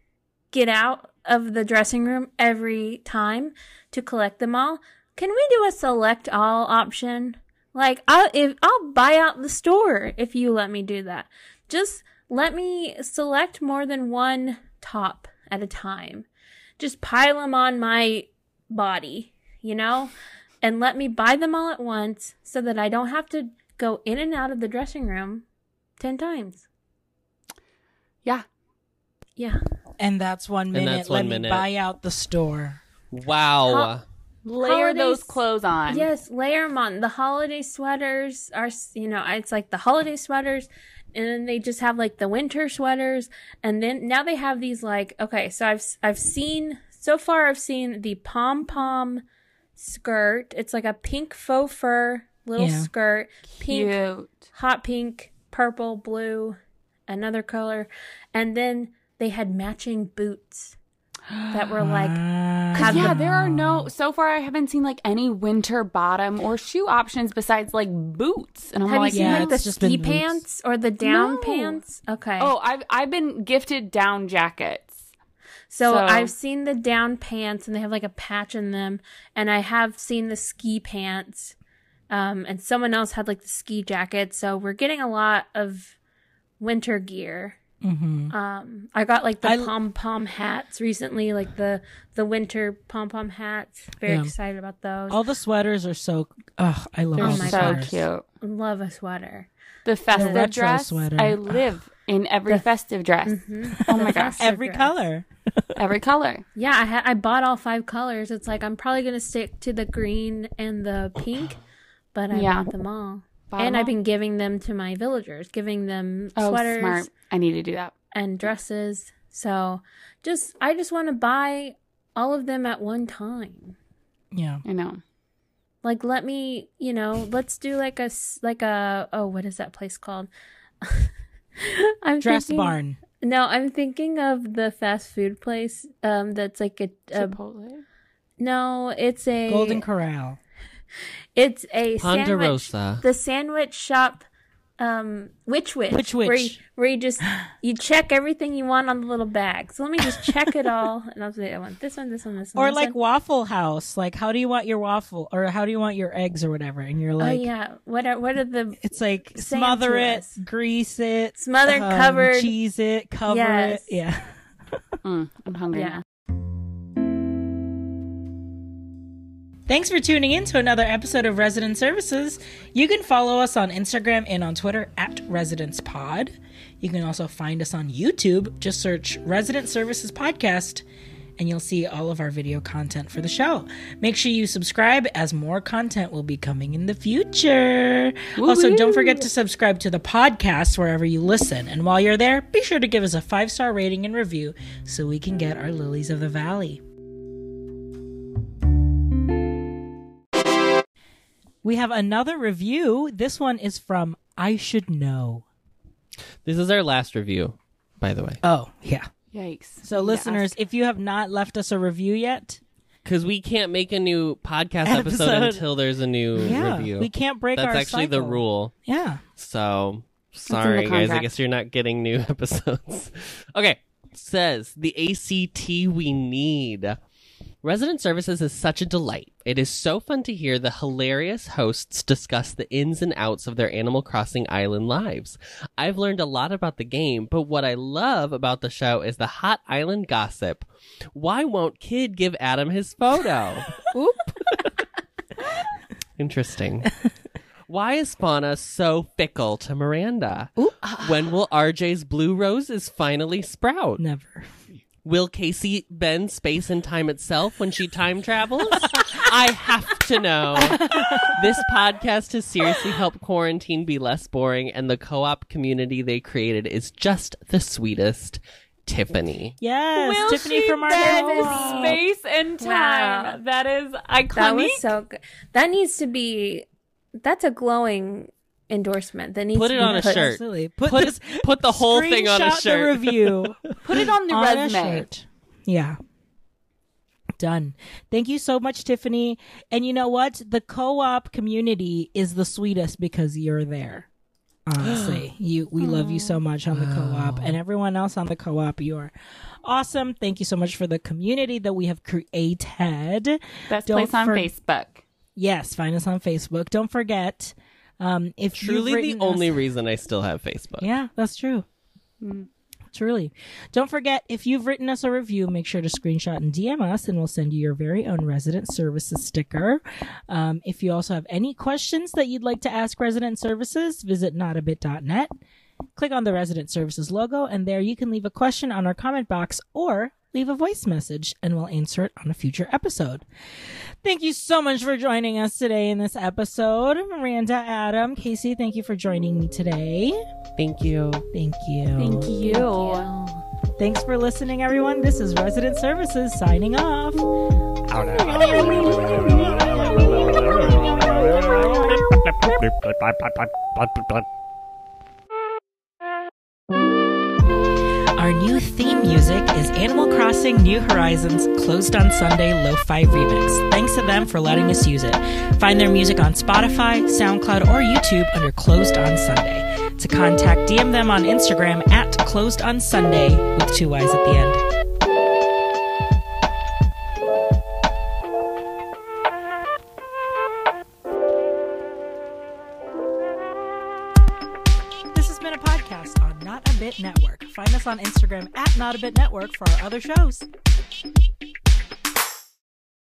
[SPEAKER 3] get out of the dressing room every time to collect them all. Can we do a select all option? Like I'll if I'll buy out the store if you let me do that. Just let me select more than one top at a time. Just pile them on my body, you know? And let me buy them all at once so that I don't have to go in and out of the dressing room 10 times.
[SPEAKER 2] Yeah.
[SPEAKER 3] Yeah.
[SPEAKER 1] And that's one
[SPEAKER 4] that's
[SPEAKER 1] minute.
[SPEAKER 4] one
[SPEAKER 1] Let me
[SPEAKER 4] minute.
[SPEAKER 1] buy out the store.
[SPEAKER 4] Wow.
[SPEAKER 2] Layer
[SPEAKER 3] Holidays-
[SPEAKER 2] those clothes on.
[SPEAKER 3] Yes, layer them on. The holiday sweaters are, s- you know, it's like the holiday sweaters, and then they just have like the winter sweaters, and then now they have these like okay. So I've s- I've seen so far I've seen the pom pom skirt. It's like a pink faux fur little
[SPEAKER 1] Yeah.
[SPEAKER 3] skirt, pink
[SPEAKER 2] Cute.
[SPEAKER 3] hot pink, purple, blue, another color, and then they had matching boots that were like
[SPEAKER 1] Wow.
[SPEAKER 3] Have
[SPEAKER 2] Yeah,
[SPEAKER 3] the-
[SPEAKER 2] there are no. So far, I haven't seen like any winter bottom or shoe options besides like boots. And I'm
[SPEAKER 3] Have
[SPEAKER 2] like,
[SPEAKER 3] you seen
[SPEAKER 1] yeah,
[SPEAKER 3] like the
[SPEAKER 1] it's just been
[SPEAKER 3] ski
[SPEAKER 1] boots.
[SPEAKER 3] pants or the down
[SPEAKER 2] No.
[SPEAKER 3] pants? Okay.
[SPEAKER 2] oh, I've I've been gifted down jackets.
[SPEAKER 3] so,
[SPEAKER 2] so-
[SPEAKER 3] I've seen the down pants and they have like a patch in them, and I have seen the ski pants. Um, and someone else had like the ski jacket, so we're getting a lot of winter gear.
[SPEAKER 1] Mhm.
[SPEAKER 3] Um, I got like the
[SPEAKER 1] I-
[SPEAKER 3] pom pom hats recently, like the the winter pom pom hats. Very
[SPEAKER 1] Yeah. Oh.
[SPEAKER 3] excited about those.
[SPEAKER 1] All the sweaters are so. Ugh, I love
[SPEAKER 2] They're
[SPEAKER 1] all
[SPEAKER 3] Oh
[SPEAKER 1] the
[SPEAKER 3] my
[SPEAKER 2] so
[SPEAKER 1] sweaters.
[SPEAKER 2] cute.
[SPEAKER 3] Love a sweater.
[SPEAKER 2] The festive
[SPEAKER 1] retro
[SPEAKER 2] dress.
[SPEAKER 1] sweater.
[SPEAKER 2] I
[SPEAKER 1] Ugh.
[SPEAKER 2] live in every
[SPEAKER 3] The-
[SPEAKER 2] festive dress,
[SPEAKER 3] Oh
[SPEAKER 2] my gosh.
[SPEAKER 1] Every color.
[SPEAKER 2] every color.
[SPEAKER 3] Yeah, I ha- I bought all five colors. It's like I'm probably gonna stick to the green and the pink, but I
[SPEAKER 2] Yeah.
[SPEAKER 3] bought them all.
[SPEAKER 2] Bought
[SPEAKER 3] and
[SPEAKER 2] them
[SPEAKER 3] I've
[SPEAKER 2] all.
[SPEAKER 3] been giving them to my villagers, giving them
[SPEAKER 2] Oh,
[SPEAKER 3] sweaters
[SPEAKER 2] smart. I need to do that.
[SPEAKER 3] and dresses. So just I just want to buy all of them at one time.
[SPEAKER 1] Yeah.
[SPEAKER 2] I know.
[SPEAKER 3] Like let me, you know, let's do like a s- like a oh what is that place called? I'm
[SPEAKER 1] Dress
[SPEAKER 3] thinking-
[SPEAKER 1] barn.
[SPEAKER 3] No, I'm thinking of the fast food place um that's like a, a
[SPEAKER 2] Chipotle.
[SPEAKER 3] no, it's a
[SPEAKER 1] Golden Corral.
[SPEAKER 3] It's a
[SPEAKER 4] Ponderosa.
[SPEAKER 3] Sandwich, the sandwich shop, um, Witch Witch.
[SPEAKER 1] Witch
[SPEAKER 3] Where you,
[SPEAKER 1] Witch.
[SPEAKER 3] where you just you check everything you want on the little bag. So let me just check it all, and I'll say I want this one, this one, this one.
[SPEAKER 1] Or
[SPEAKER 3] this
[SPEAKER 1] like
[SPEAKER 3] one.
[SPEAKER 1] Waffle House. Like, how do you want your waffle? Or how do you want your eggs or whatever? And you're like,
[SPEAKER 3] oh yeah, what are what are the
[SPEAKER 1] it's like
[SPEAKER 3] Same
[SPEAKER 1] smother
[SPEAKER 3] to
[SPEAKER 1] it,
[SPEAKER 3] us.
[SPEAKER 1] grease it, um,
[SPEAKER 3] Smother, covered.
[SPEAKER 1] cheese it, cover
[SPEAKER 3] Yes.
[SPEAKER 1] it. Yeah.
[SPEAKER 2] Mm, I'm hungry
[SPEAKER 3] yeah.
[SPEAKER 2] now.
[SPEAKER 1] Thanks for tuning in to another episode of Resident Services. You can follow us on Instagram and on Twitter at Residence Pod. You can also find us on YouTube. Just search Resident Services Podcast and you'll see all of our video content for the show. Make sure you subscribe as more content will be coming in the future. Also, don't forget to subscribe to the podcast wherever you listen. And while you're there, be sure to give us a five star rating and review so we can get our lilies of the valley. We have another review. This one is from I Should Know.
[SPEAKER 4] This is our last review, by the way.
[SPEAKER 1] Oh, yeah.
[SPEAKER 2] Yikes.
[SPEAKER 1] So, listeners, if you have not left us a review yet,
[SPEAKER 4] Because we can't make a new podcast episode,
[SPEAKER 1] Episode.
[SPEAKER 4] until there's a new
[SPEAKER 1] yeah,
[SPEAKER 4] review.
[SPEAKER 1] we can't break
[SPEAKER 4] That's
[SPEAKER 1] our
[SPEAKER 4] actually the
[SPEAKER 1] cycle.
[SPEAKER 4] rule.
[SPEAKER 1] Yeah.
[SPEAKER 4] So
[SPEAKER 2] in the
[SPEAKER 4] sorry, guys. I
[SPEAKER 2] contract.
[SPEAKER 4] guess you're not getting new episodes. okay. Says the ACT we need. Resident Services is such a delight. It is so fun to hear the hilarious hosts discuss the ins and outs of their Animal Crossing Island lives. I've learned a lot about the game, but what I love about the show is the hot island gossip. Why won't Kid give Adam his photo? Oop. Interesting. Why is Fauna so fickle to Miranda?
[SPEAKER 1] ah.
[SPEAKER 4] When will RJ's blue roses finally sprout?
[SPEAKER 1] Never.
[SPEAKER 4] Will Casey bend space and time itself when she time travels? I have to know. this podcast has seriously helped quarantine be less boring, and the co op community they created is just the sweetest. Tiffany.
[SPEAKER 1] Yes,
[SPEAKER 2] Will
[SPEAKER 1] Tiffany
[SPEAKER 2] she
[SPEAKER 1] from our
[SPEAKER 2] bend
[SPEAKER 1] Noah.
[SPEAKER 2] space and time?
[SPEAKER 3] Wow.
[SPEAKER 2] That is
[SPEAKER 3] That
[SPEAKER 2] iconic.
[SPEAKER 3] was so good. That needs to be. That's a glowing endorsement. That needs
[SPEAKER 4] Put
[SPEAKER 3] to
[SPEAKER 4] it
[SPEAKER 3] be
[SPEAKER 4] on a
[SPEAKER 3] put-
[SPEAKER 4] shirt.
[SPEAKER 1] Absolutely. Put,
[SPEAKER 4] Put
[SPEAKER 1] this
[SPEAKER 4] put the whole thing on a
[SPEAKER 1] screenshot the
[SPEAKER 4] shirt.
[SPEAKER 1] review
[SPEAKER 2] Put it on the
[SPEAKER 1] on a
[SPEAKER 2] resume.
[SPEAKER 1] shirt. Yeah. Done. Thank you so much, Tiffany. And you know what? The co-op community is the sweetest because you're there. Honestly, you we love you so much on the co-op and everyone else on the co-op. You are awesome. Thank you so much for the community that we have created.
[SPEAKER 2] Best
[SPEAKER 1] Don't
[SPEAKER 2] place on
[SPEAKER 1] for-
[SPEAKER 2] Facebook.
[SPEAKER 1] Yes, find us on Facebook. Don't forget, um, if you've
[SPEAKER 4] Truly
[SPEAKER 1] written
[SPEAKER 4] the only
[SPEAKER 1] us-
[SPEAKER 4] reason I still have Facebook.
[SPEAKER 1] yeah, that's true. Truly. Don't forget, if you've written us a review, make sure to screenshot and DM us, and we'll send you your very own resident services sticker. Um, if you also have any questions that you'd like to ask resident services, visit notabit.net. Click on the resident services logo, and there you can leave a question on our comment box or leave a voice message, and we'll answer it on a future episode. Thank you so much for joining us today in this episode. Miranda, Adam, Casey, thank you for joining me today.
[SPEAKER 4] Thank you.
[SPEAKER 1] Thank you.
[SPEAKER 2] Thank you.
[SPEAKER 1] Thanks for listening, everyone. This is Resident Services signing off. Our new theme music is Animal Crossing New Horizons Closed on Sunday Lo-Fi Remix. Thanks to them for letting us use it. Find their music on Spotify, SoundCloud, or YouTube under Closed on Sunday. To contact, DM them on Instagram at Closed on Sunday with two Y's at the end. This has been a podcast on Not a Bit Network. Find us on Instagram at Not a Bit Network for our other shows.